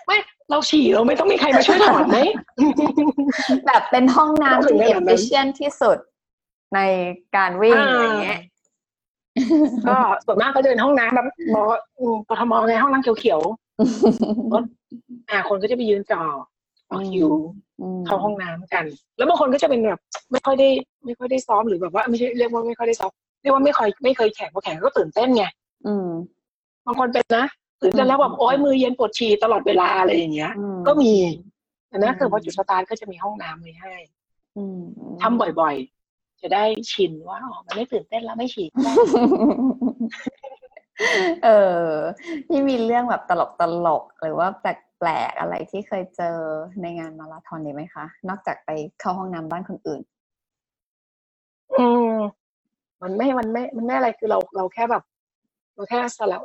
ไม่เราฉี่เราไม่ต้องมีใครมาช่วยถอน ไหม
แบบเป็นห้องน้ำที่
ไม่
เอ
ถึงขนาด
ฟ
นั้น
ฟิเชนที่สุดในการวิ่งอะไรเงี้ย
ก็ส่วนมากก็จะเป็นห้องน้ำแบบมออืมกทมไงห้องน้ำเขียวๆอ่า คนก็จะไปยืนจ่อรอคิว
อืม
เข้าห้องน้ำกัน แล้วบางคนก็จะเป็นแบบไม่ค่อยได้ ไม่ค่อยได้ซ้อมหรือแบบว่าไม่ใช่เรียกว่าไม่ค่อยได้ซ้อมเรียกว่าไม่ค่อยไม่เคยแข่งพอแข่งก็ตื่นเต้นไง
อืม
บางคนเป็นนะตื่นเต้นแล้วแบบโอ้ยมือเย็นปวดฉี่ตลอดเวลาอะไรอย่างเงี้ย
อืม
ก็มีแต่
อื
นะ
ม
คือพอจุดสตาร์ทก็จะมีห้องน้ำไว้ให้
อืม
ทำบ่อยๆ จะได้ชินว่าอ๋อมันไม่ตื่นเต้นแล้วไม่ฉี่ก็ได้
เออนี่มีเรื่องแบบตลกตลกๆหรือว่าแปลกๆอะไรที่เคยเจอในงานมาราธอนนี้ไหมคะ นอกจากไปเข้าห้องน้ำบ้านคนอื่น
อืมมันไม่มันไม่มันไม่อะไรคือเราเราแค่แบบ เราแค่สลับ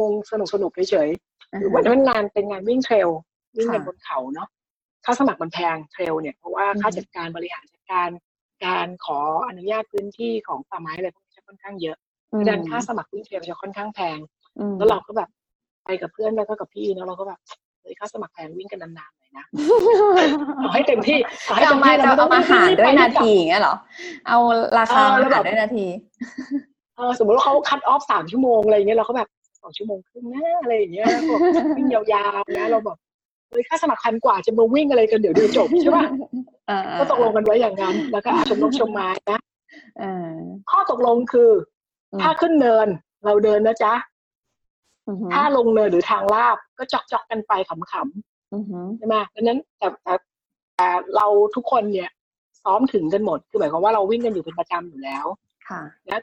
งงๆสนุกสนุกๆเฉยๆหรือวันนั้นเป็นงานเป็นงานวิ่งเทรลวิ่งกัน
ค่ะ
บนเขาเนาะค่าสมัครมันแพงเทรลเนี่ยเพราะว่า
อือฮึ
ค่าจัดการบริหารจัดการการขออนุญาตพื้นที่ของป่าไม้อะไรพวกนี้จะค่อนข้างเยอะ
อืม
ดังนั้นค่าสมัครวิ่งเทรลจะค่อนข้างแพง
อืม
แล้วเราก็แบบไปกับเพื่อนแล้วก็กับพี่เนาะเราก็แบบเฮ้ยค่าสมัครแพงวิ่งกันนานๆหน่อยนะเอาให้เต็มที่เอาให้
จะ
เต็
เอา
ม
มา
ที่
จะเอามาหารด้วยนาที
รีบไปรีบกลับ
อย่างเงี้ยเหรอ เอาราคา
เออแล้
มาว
แบ
หาร
บ
ด้วยนาที
เออสมมติว่าเขาคัดออฟสามชั่วโมงอะไรอย่างเงี้ยเราก็แบบสองชั่วโมงครึ่งนะอะไรอย่างเงี้ยบอกวิ่งยาวๆนะเราบอกเฮ้ยค่าสมัครพันกว่าจะมาวิ่งอะไรกันเดี๋ยวเดียวจบใช่ ป่ะ
เออ
ก็ตกลงกันไว้อย่างนั้นแล้วก็อ่ะชมรมชมไม้นะ
เออ
ข้อตกลงคืออ
ม
ถ้าขึ้นเนินเราเดินนะจ๊ะ
อือหือ
ถ้าลงเนินหรือทางลาบก็จอกๆกันไปขำๆ
อือหือ
ใช่ไหมดังนั้นแต่แต่แต่เราทุกคนเนี่ย ซ้อมถึงกันหมด คือหมายความว่าเราวิ่งกันอยู่เป็นประจำอยู่แล้ว
ค่ะ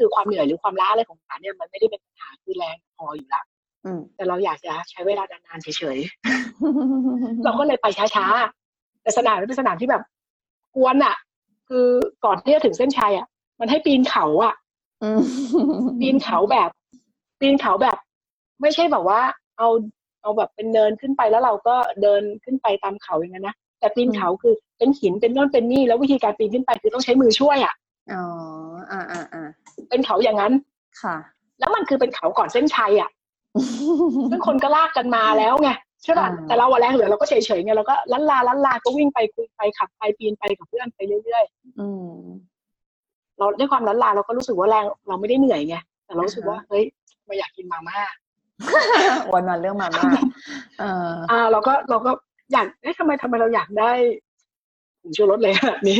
คือความเหนื่อยหรือความล้าอะไรของขาเนี่ยมันไม่ได้เป็นปัญหาคือแรงพออยู่ละ
อืม
แต่เราอยากจะใช้เวลานานๆเฉยๆ เราก็เลยไปช้าๆ แต่สนามมันเป็นสนามที่แบบกวนอ่ะ คือก่อนที่จะถึงเส้นชัยอ่ะ มันให้ปีนเขาอ่ะ
อืม
ปีนเขาแบบ ปีนเขาแบบ ไม่ใช่แบบว่า เอาเอาแบบเป็นเนินขึ้นไปแล้วเราก็เดินขึ้นไปตามเขาอย่างนั้นนะแต่ปีนเขาคือเป็นหินเป็นโน่นเป็นนี่แล้ววิธีการปีนขึ้นไปคือต้องใช้มือช่วยอ่ะ
อ๋ออ่าอ่าอ่า
เป็นเขาอย่างนั้น
ค่ะ
แล้วมันคือเป็นเขาก่อนเส้นชัยอ่ะซึ่งคนก็ลากกันมาแล้วไงใช่ป่ะ
อ่า
แต่เราอะแรงเหลือเราก็เฉยๆไงเราก็ลันลาลันลาก็วิ่งไปคุยไปขับไปปีนไปกับเพื่อนไปเรื่อย
อืม
ๆเราด้วยความลันลาเราก็รู้สึกว่าแรงเราไม่ได้เหนื่อยไงแต่เรารู้สึกว่าเฮ้ยเราอยากกินมาม่า
วนมาเรื่องมาม่าเออ
อ่าเราก็เราก็อยากเอ๊ะทำไมทำไมเราอยากได้ผงชูรสเลยขนาดนี้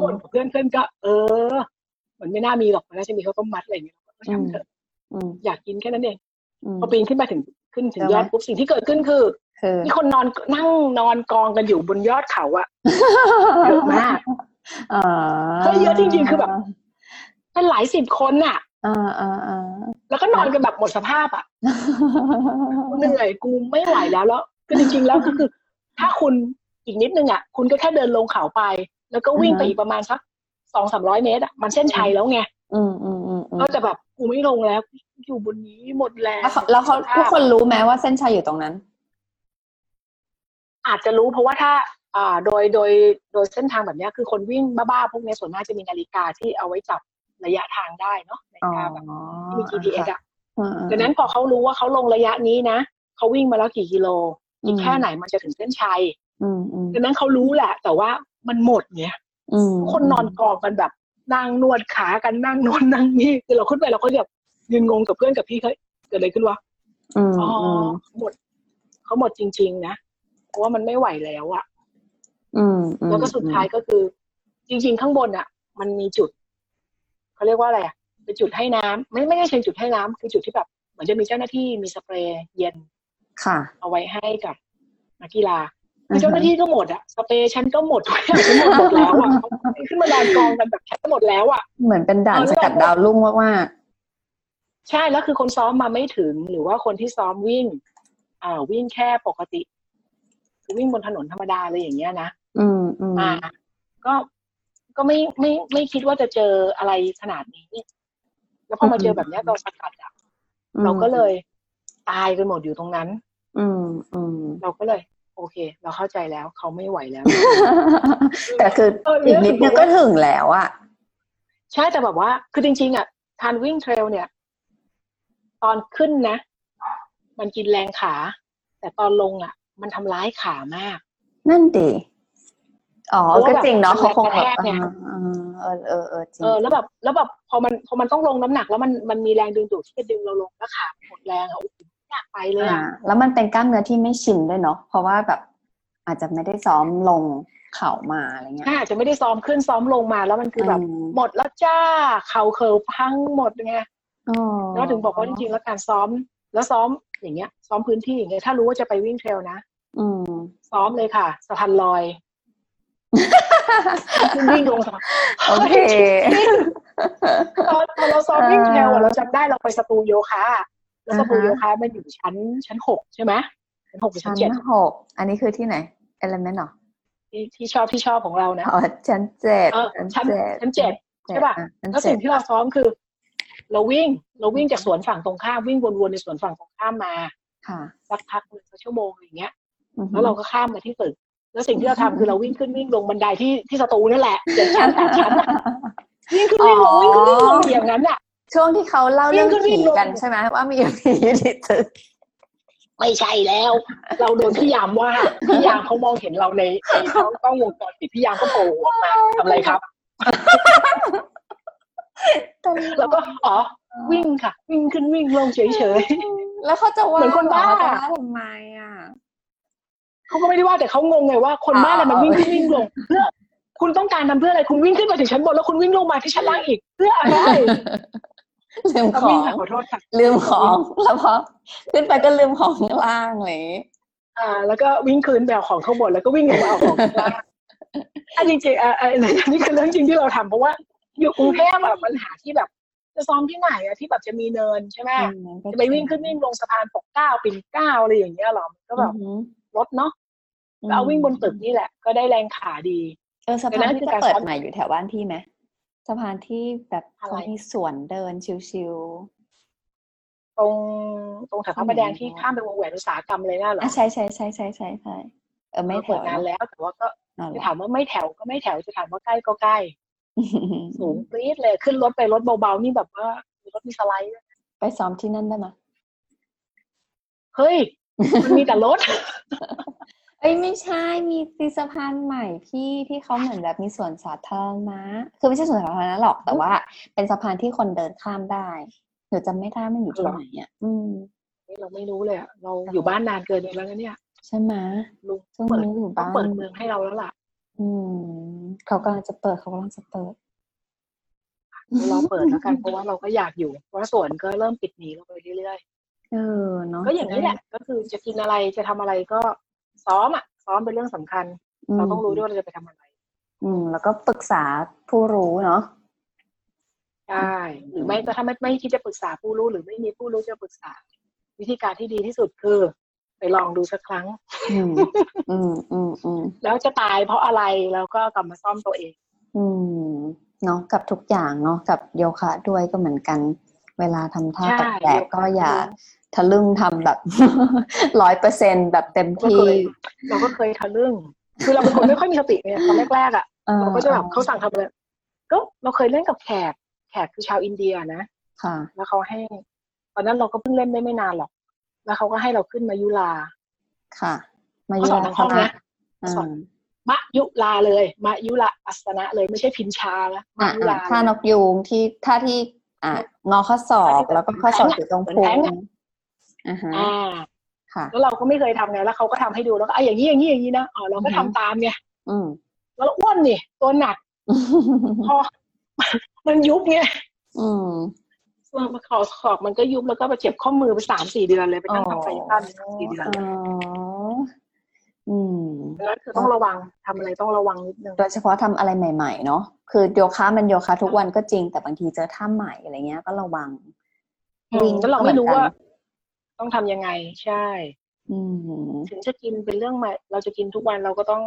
คนกับเพื่อนเพื่อนก็ เออ มันไม่น่ามีหรอกมันน่าจะมีข้าวต้มมัดอะไรอย่างเงี้ยเราก็
อืม
ทำเถอะ
อืม
อยากกินแค่นั้นเอง
อืม
พอปีนขึ้นไปถึงขึ้นถึง
ใช่ไหม
ยอดปุ๊บสิ่งที่เกิดขึ้นคือ
คือ
มีคนนอนนั่งนอนกองกันอยู่บนยอดเขาอะเยอะมาก
เอ
เฮ้ยเยอะจริงๆคือแบบ เป็นหลายสิบคนน่ะ
อ่าอ่าอ่า
แล้วก็นอนกันแบบหมดสภาพอะกูเหนื่อยกูไม่ไหวแล้วแล้วคือจริงๆแล้วก็คือ ถ้าคุณอีกนิดนึงอะคุณก็แค่เดินลงเขาไป แล้วก็วิ่งไปอีกประมาณสักสองสามร้อยเมตรอะมันเส้นชัยแล้วไง
อื มอืมอืมอืม
ก็จะแบบกูไม่ลงแล้วกูอยู่บนนี้หมดแรง
แล้วเขาแล้วเขา
สภาพ
ทุกคนรู้ไหมว่าเส้นชัยอยู่ตรงนั้น
อาจจะรู้เพราะว่าถ้าอ่าโดยโดยโดยเส้นทางแบบเนี้ยคือคนวิ่งบ้าๆพวกเนี้ยส่วนมากจะมีนาฬิกาที่เอาไว้จับระยะทางได้เนาะนา
อ๋อก
ฬิาแบบที่มี GPS อะ
อ่าอ่า
ดังนั้นพอเขารู้ว่าเขาลงระยะนี้นะเขาวิ่งมาแล้วกี่กิโลอีกแค่ไหนมันจะถึงเส้นชัย
อืมอืม
ดังนั้นเขารู้แหละ แต่ว่ามันหมดเนี่ย
อืม
คนนอนกองกันแบบนั่งนวดขากันนั่งนวดนั่งนี่คือเราขึ้นไปเราก็แบบยืนงงกับเพื่อนกับพี่เฮ้ยเกิดอะไรขึ้นวะ
อืม
อ๋อ
อืม
หมดเขาหมดจริง ๆ นะเพราะว่ามันไม่ไหวแล้วอะ
อืมอืม
แล้วก็สุดท้ายก็คือ จริง ๆ ข้างบนอะมันมีจุดเขาเรียกว่าอะไรอะเป็นจุดให้น้ำไม่ไม่ใช่เชิงจุดให้น้ำคือจุดที่แบบเหมือนจะมีเจ้าหน้าที่มีสเปรย์เย็น
ค่ะ
เอาไว้ให้กับนักกีฬาคือเจ้าหน้าที่ก็หมดอะสเปรย์ฉันก็หมดทุก อย่างฉันหมดหมดแล้วอะเขาขึ้นมานอนกองกันแบบฉันหมดแล้วอะ
เหมือนเป็นด่าน
เออ
สกัดดาวรุ่งมาก
ใช่แล้วคือคนซ้อมมาไม่ถึงหรือว่าคนที่ซ้อมวิ่ง อ่า วิ่งแค่ปกติคือวิ่งบนถนนธรรมดาเลยอย่างเงี้ยนะ
ๆอืมอืม
อ่าก็ก็ไม่ไม่ไม่คิดว่าจะเจออะไรขนาดนี้ แล้วพอมาเจอแบบเนี้ยเราสกัดอะเราก็เลยตายกันหมดอยู่ตรงนั้น
อืมอืม
เราก็เลย โอเค เราเข้าใจแล้วเขาไม่ไหวแล้ว
แต่คือ
เออเรื่
อี
อก ง
นิดนึงก็ถึงแล้วอะ
ใช่แต่แบบว่า คือจริงๆอ่ะทานวิ่งเทรลเนี่ย ตอนขึ้นนะ มันกินแรงขา แต่ตอนลงอ่ะ มันทำร้ายขามาก
นั่นดีอ๋อ
เพราะว่า
ก็จริงเนาะเขาคงแบบ
แบบมันแทรกไง
อ่าเออเออเออจริง
เออแล้วแบบแล้วแบบพอมันพอมันต้องลงน้ำหนัก แล้วมันมันมีแรงดึงดูดที่จะดึงเราลงแล้วขาหมดแรงอ่ะโอ้โหไม่อยากไปเลย
อ่า
อ่ะ
แล้วมันเป็นกล้ามเนื้อที่ไม่ชินด้วยเนาะเพราะว่าแบบอาจจะไม่ได้ซ้อมลงเข่ามาอะไรเงี้ย
ถ้าอาจจะไม่ได้ซ้อมขึ้นซ้อมลงมา แล้วมันคือแบบ
ม
หมดแล้วจ้าเข่าเคิลพังหมดไง
อ๋อ
แล้วถึงบอกว่าจริงๆแล้วการซ้อม แล้วซ้อมอย่างเงี้ย ซ้อมพื้นที่อย่างเงี้ยถ้ารู้ว่าจะไปวิ่งเทรลนะ
อื ม
ซ้อมเลยค่ะสะพานลอยขึ้นวิ่งลงสะพาน
โอเค
ตอนตอนเราซ้อม
เออ
วิ่งเทรลอะเราจำได้เราไปสตูโยคะแล้วสตูโยคะมันอยู่ชั้นชั้นหกใช่ไหมชั้นหกหรือ
ชั้
ชั้น
น
เจ็ด
หก อันนี้คือที่ไหน element เหรอ
ที่ที่ชอบที่ชอบของเรานะ
อ๋อชั้นเจ็ด
เออชั้นชั้นเจ็ด ใช่ปะ
อ่ชั้น
แล้ว
เจ็
สิ่
ด
งที่เราซ้อมคือ เราวิ่งเราวิ่งจากสวนฝั่งตรงข้ามวิ่งวนๆในสวนฝั่งตรงข้ามมา
ค่ะ
สักพักหนึ่งสักชั่วโมงอย่างเงี้ย
อือฮึ
แล้วเราก็ข้ามมาที่ตึก แล้วสิ่งที่เราทำ
อืม
คือเราวิ่งขึ้นวิ่งลงบันไดที่ที่สตูนั่นแหละเจ็ดชั้นแปดชั้นอะวิ่งขึ้นวิ่งลงวิ่งขึ้นวิ่งลงอย่างนั้นอ่ะ
ช่วงที่เขาเล่าเรื่อง
วิ่งขึ้น
ผี
วิ่งลง
กันใช่ไหมว่ามี ผีที่ตึก
ไม่ใช่แล้ว เราโดนพี่ยามว่าพี่ยามเขามองเห็นเราในในกล้องวงจรปิดพี่ยามก็โผล่หัวมาทำอะไรครับ แล้วก็อ๋อวิ่งค่ะ วิ่งขึ้นวิ่งลงเฉย
แล้วเขาจะว่า
เหมือนคนบ้า
เรจะว่ทำไมอ่ะ
ๆเขาก็ไม่ได้ว่าแต่เขางงไงว่าคนบ้านน่ะมันวิ่งขึ้นวิ่งลงเพื่อคุณต้องการทำเพื่ออะไรคุณวิ่งขึ้นมาถึงชั้นบนแล้วคุณวิ่งลงมาที่ชั้นล่างอีก เพื่ออะไร
ลืมขอ
วิ่ง
ง
ค่ะขอโทษค่ะ
ลืมของ แล้วพอขึ้นไปก็ลืมของข้างล่างเลย
อ่าแล้วก็วิ่งคืนแบวของข้างบนแล้วก็วิ่งลงมาเอาของข้าง ล่างอันจริงๆอ่าอันนี้คือเรื่องจริงที่เราทำเพราะว่าอยู่กรุงเทพแบบปัญหาที่แบบ จะซ้อมที่ไหนอะที่แบบจะมีเนินใช่ไหมจะไปวิ่งขึ้นวิ่งลงสะพานปกเกล้าปิ่นเกล้าอะไรอย่างเงี้ยหรอมันก็แบบรถเนาะก็เอาวิ่งบนตึกนี่แหละ ก็ได้แรงขาดี
เออสะ
เดี๋
พายน
วนะ
ที่
คือ
จะ
การ
เปิด
ซ้อม
ใหม่อยู่แถวบ้านพี่ไหมสะพานที่แบบ
อะไร
เขามีสวนเดินชิว
ตรงตรงแถวพระประแดง
อืม
ที่ข้ามไปวงแหวนอุตสาหกรรมเลยน่าหร
ๆ
อ
อ่ะใช่ใช่ใช่ใช่ใช่ใช่เออไม่แถ
เปิ
วน
ดานแล้วแต่ว่าก็
อ๋อเหร
จะ
อ
ถามว่าไม่แถวก็ไม่แถวจะถามว่าใกล้ก็ใกล้สูงปรี๊ดเลยขึ้นรถไปรถเบาๆนี่แบบว่ามีรถมีสไลด์ด้วย
ไปซ้อมที่นั่นได้ไหม
เฮ้ย มันมีแต่รถ
เอ้ยไม่ใช่มีมีสะพานใหม่พี่ที่เขาเหมือนแบบมีสวนสาธารณะคือไม่ใช่สวนสาธารณะหรอกแต่ว่า เป็นสะพานที่คนเดินข้ามได้หนูจำไม่ได้มันอยู่ที่
เหรอ
ไหนอ่ะอืม
นี่ เราไม่รู้เลยอะเราอยู่บ้านนานเกินไปแล้วนะเนี่ย
ใช่ไหม
ลุง
ซึ่ง
เปิด
นี้อยู่
ต้อง
บ้าน
เปิดเมืองให้เราแล้วล่ะ
อืมเขากำลังจะเปิดเขากำลังจะเปิด
เราเปิดแล้วกันเพราะว่าเราก็อยากอยู่เพราะว่าสวนก็เริ่มปิดหนีเราไปเรื่อย
เออเนาะ
ๆก็อย่างนี้แหละก็คือจะกินอะไรจะทำอะไรก็ซ้อมอ่ะซ้อมเป็นเรื่องสำคัญ
อืม
เราต้องรู้ด้วยว่าเราจะไปทำอะไร
อืม แล้วก็ปรึกษาผู้รู้เนาะ
ใช่หรือไม่ก็ถ้าไม่ไม่คิดจะปรึกษาผู้รู้หรือไม่มีผู้รู้จะปรึกษา วิธีการที่ดีที่สุดคือ ไปลองดูสักครั้ง
อืม อืม อืม อืม
แล้วจะตายเพราะอะไรแล้วก็กลับมาซ่อมตัวเอง
อืม เนาะกับทุกอย่างเนาะกับโยคะด้วยก็เหมือนกัน เวลาทำท่า
ใช่
แปลกๆก็อย่า
โยคะ
ทะลึ่งทำแบบ ร้อยเปอร์เซ็นแบบเต็ม
ก็
ที่
เคยเราก็เคยทะลึ่ง คือเราเป็นคนไม่ค่อยมีสติเนี่ยตอนแรกๆอ่ะ
ออ
เราก็จะแบบเขาสั่งทำเลยก็เราเคยเล่นกับแขก แขกคือชาวอินเดียนะ
ค่ะ
แล้วเขาให้ ตอนนั้นเราก็เพิ่งเล่นได้ไม่นานหรอก แล้วเขาก็ให้เราขึ้นมายุลา
ค่ะ มา
เขาสอน
ยุ
ทั้งห้องนะ
อ่า
สอน มะยุลาเลยมะยุลาอัสนะเลยไม่ใช่พินชานะมะ
อ่ะ
ยุลา
อ่ะท่านกยูงที่ท่าที่ อ่ะงอข้อศอกแล้วก็ข้อศอกอยู่ตรงพุงอ่าฮะ
อ่า
ค่ะ
แล้วเราก็ไม่เคยทำไงแล้วเขาก็ทำให้ดูแล้วก็ไอ้อย่างนี้อย่างนี้อย่างนี้นะอ๋อเราก็
อือฮึ
ทำตามไง
อืม
แล้วเราอ้วนนี่ตัวหนักพอ มันยุบไง
อืม
มันขอขอบมันก็ยุบแล้วก็ไปเจ็บข้อมือไปสามสี่เดือนเลยไปนั่งทำไฟตั้นสามสี่เดือน
อ๋อ อืม
แล้วคือต้องระวังทำอะไรต้องระวังนิดนึง
โดยเฉพาะทำอะไรใหม่ ๆ เนาะ คือโยคะมันโยคะทุกวันก็จริง แต่บางทีเจอท่าใหม่อะไรเงี้ย ก็ระวังวิ่ง
แล้วเรา
ก็ห
ไม่
อน
รู้
กัน
ว่า ต้องทำยังไง ใช่
อืม
ถึงจะกินเป็นเรื่องใหม่ เราจะกินทุกวันเราก็ต้อง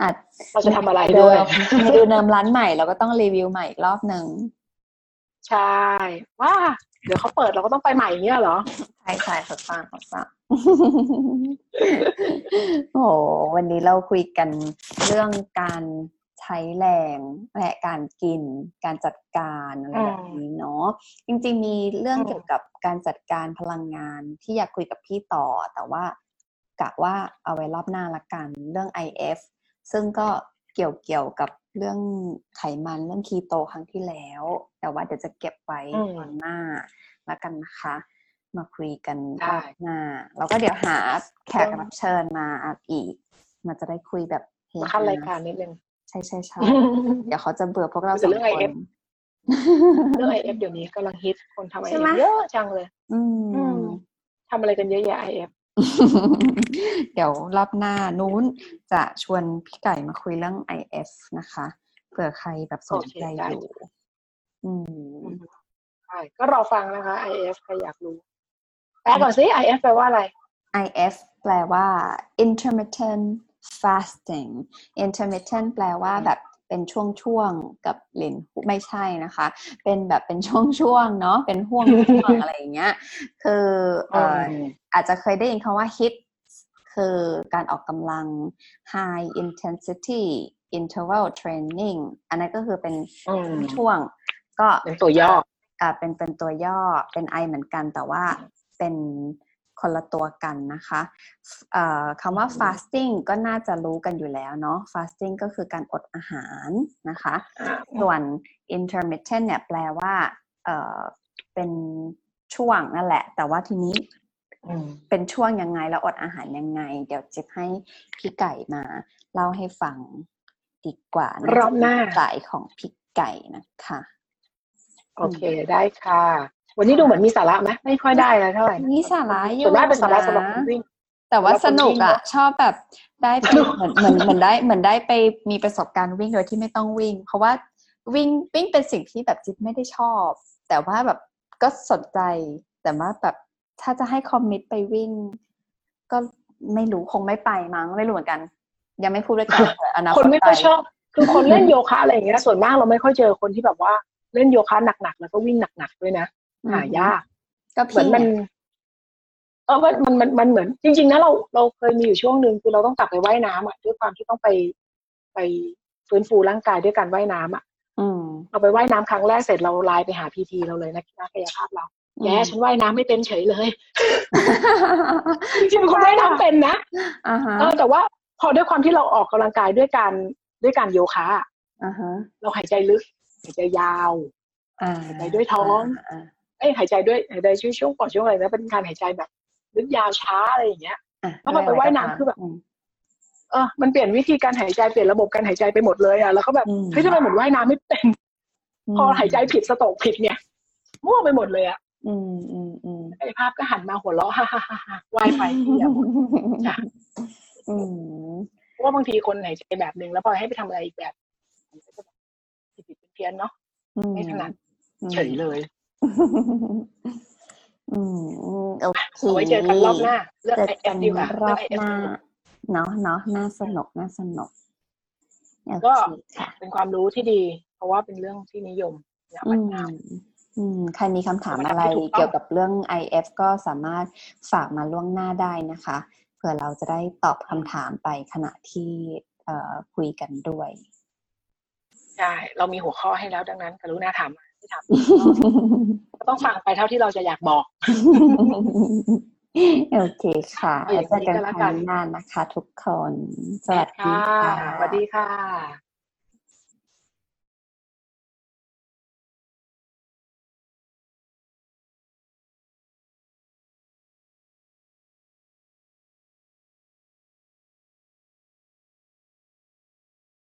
อาจ
เราจะทำอะไรด้วย
ไม่ดูเนิมร้านใหม่เราก็ต้องรีวิวใหม่อีกรอบหนึ่ง
ใช่ ว่า เดี๋ยวเขาเปิดเราก็ต้องไปใหม่อย่างเงี้ยเหรอ
ใช่ใช่ถูกต้องถูกต้อง โอ้โหวันนี้เราคุยกันเรื่องการใช้แรงและการกิน การจัดการอะไร
อืม
แบบนี้เนาะจริงๆมีเรื่อง
อืม
เกี่ยวกับการจัดการพลังงานที่อยากคุยกับพี่ต่อ แต่ว่ากะว่าเอาไว้รอบหน้าละกันเรื่อง IF ซึ่งก็เกี่ยวเกี่ยวกับเรื่องไขมันเรื่องคีโตครั้งที่แล้ว แต่ว่าเดี๋ยวจะเก็บไว้
อืม
ตอนหน้าละกันนะคะ มาคุยกัน
ได้
รอบหน้าแล้วก็เดี๋ยวหาแขกรับเชิญมาอีก มันจะได้คุยแบบเฮ
มา
ฮา
ขั้นรายการนิดนึง
ใช่ใช่ใช่เดี๋ยวเขาจะเบื่อพวกเราส
จะ
อง
เรื่อง
คน
IF เรื่องไอเอฟเดี๋ยวนี้กำลังฮิตคนทำไอ
ใช่
เอ
ไหม
ฟเยอะจังเลย
อื
อื
ม
มทำอะไรกันเยอะแยะไอเอฟ
เดี๋ยวรอบหน้านู้นจะชวนพี่ไก่มาคุยเรื่อง IF นะคะเผื่อใครแบบสนใจ
โอเคได้
อยู่ อืม
ใช่ก็รอฟังนะคะ IF ใครอยากรู้แปลก่อนสิ IF แปลว่าอะไร
IF แปลว่า intermittent fasting intermittent แปลว่าแบบเป็นช่วงๆ กับเลนไม่ใช่นะคะ เป็นแบบเป็นช่วงๆ เนาะ เป็นห่วงๆ อะไรอย่างเงี้ย คือเอ่อ อาจจะเคยได้ยินคำว่า HIIT คือการออกกำลัง High Intensity Interval Training อันนั้นก็คือเป็น
อืม
ช่วงๆก็
เป็นตัวย่อ
อ่าเป็นเป็นตัวย่อเป็นไอเหมือนกันแต่ว่าเป็นคนละตัวกันนะคะเอ่อคำว่า fasting ก็น่าจะรู้กันอยู่แล้วเนาะ fasting ก็คือการอดอาหารนะคะ ส่วน intermittent เนี่ยแปลว่าเอ่อเป็นช่วงนั่นแหละ แต่ว่าทีนี้
อืม
เป็นช่วงยังไงแล้วอดอาหารยังไง เดี๋ยวจะให้พี่ไก่มาเล่าให้ฟังดีกว่าร
อบหน้า
สายของพี่ไก่นะคะ
โอเคได้ค่ะ วันนี้ดูเหมือนมีสาระไหมไม่ค่อยได้นะเท่าไหร่
มีสาระอยู่
ส่วนมากเป็นสาระ
นะ
สำหรับคนวิ่ง
แต่ว่าสนุกอ่ะ
แล้วก็วิ่งเนอะ
ชอบแบบได้ไปเหมือนเหมือนเหมือนได้เหมือนได้ไปมีประสบการณ์วิ่งโดยที่ไม่ต้องวิ่ง เพราะว่าวิ่งวิ่งเป็นสิ่งที่แบบจิ๊บไม่ได้ชอบ แต่ว่าแบบก็สนใจ แต่ว่าแบบถ้าจะให้คอมมิตไปวิ่ง ก็ไม่รู้คงไม่ไปมั้งไม่รู้เหมือนกัน ยังไม่พูดด้วย กันเผื่ออนาค
ค
ต
นไม่ค่อย
ป
ชอบ คือคนเล่นโยคะอะไรอย่างเงี้ย ส่วนมากเราไม่ค่อยเจอคนที่แบบว่าเล่นโยคะหนักๆแล้วก็วิ่งหนักๆด้วยนะหายาก
ก็
เหมื
พี่
อนมัน
เนี่ย
เออว่ามันมันมันเหมือน จริง ๆ นะเราเราเคยมีอยู่ช่วงหนึ่งคือเราต้องกลับไปว่ายน้ำอ่ะด้วยความที่ต้องไปไปฟื้นฟูร่างกายด้วยการว่ายน้ำอ่ะ
อืม
เราไปว่ายน้ำครั้งแรกเสร็จเราไลน์ไปหาพีทีเราเลยนะนักกายภาพเราแย่ฉันว่ายน้ำไม่เป็นเฉยเลยจริงๆเป็นคนว่ายน้ำเป็นนะ
อ่าฮะ
เออแต่ว่าพอด้วยความที่เราออกกำลังกายด้วยการด้วยการโยคะอะ
อ่าฮะ
เราหายใจลึกหายใจยาว
อ่า
ไปด้วยท้อง
าา
เอ้ยหายใจด้วยหายใจช่วงช่วงปอดช่วงอะไรนะเป็นการหายใจแบบลึกยาวช้าอะไรอย่างเงี้ย
อ่ะ
แล้วพอไปว่ายน้ำคือแบบ
ม
เออมันเปลี่ยนวิธีการหายใจเปลี่ยนระบบการหายใจไปหมดเลยอ่ะแล้วก็แบบ
อืม
เฮ้ยทำไมเหมือนว่ายน้ำไม่เป็น พอหายใจผิดสโตรกผิดเนี่ยมั่วไปหมดเลยอ่ะ
อืมอืมอืม
ไอ้ภาพก็หันมาหัวเราะฮ่า ฮ่าฮ่าฮ่าว่ายไปเนี่ย ค่ะ
อืม
เพราะว่าบางทีคนหายใจแบบหนึ่งแล้วพอให้ไปทำอะไรอีกแบบมันก็จะแบบผิดๆเพี้ยนๆเนาะ
อื
ไม่ถนัด
อืม
เฉยเลย
อืมโอเค
เอาไว้เจอกันรอบหน้าเรื่อง
เจอ
ไอเอ
กั
ฟ
น
ดีกว่าร เรื่
อ
อง
บ
ไอเอ
ห
ฟ
น้าเนาะเนาะน่าสนุกน่าสนุกโอเคค่ะ
เป็นความรู้ที่ดี เพราะว่าเป็นเรื่องที่นิยมอยาก
อื
พัฒ
ม
นา
อืม ใครมีคำถามอะ
เอามา
ไร
ทำให้ถูกต้อง
เกี่ยวกับเรื่อง IF ก็สามารถฝากมาล่วงหน้าได้นะคะ เผื่อเราจะได้ตอบคำถามไปขณะที่เอ่อคุยกันด้วย
ใช่เรามีหัวข้อให้แล้วดังนั้นกรุณาถามมาไม่ถามก็ต้องฟังไปเท่าที่เราจะอยากบอก
โอเคค่ะ
เอาอย่างนี้
แล้วเจอกัน
ก็แล้ว
ค
กั
รั้
น
งหน้านะคะทุกคน สวัสดีค่ะ
สวัสดีค่ะ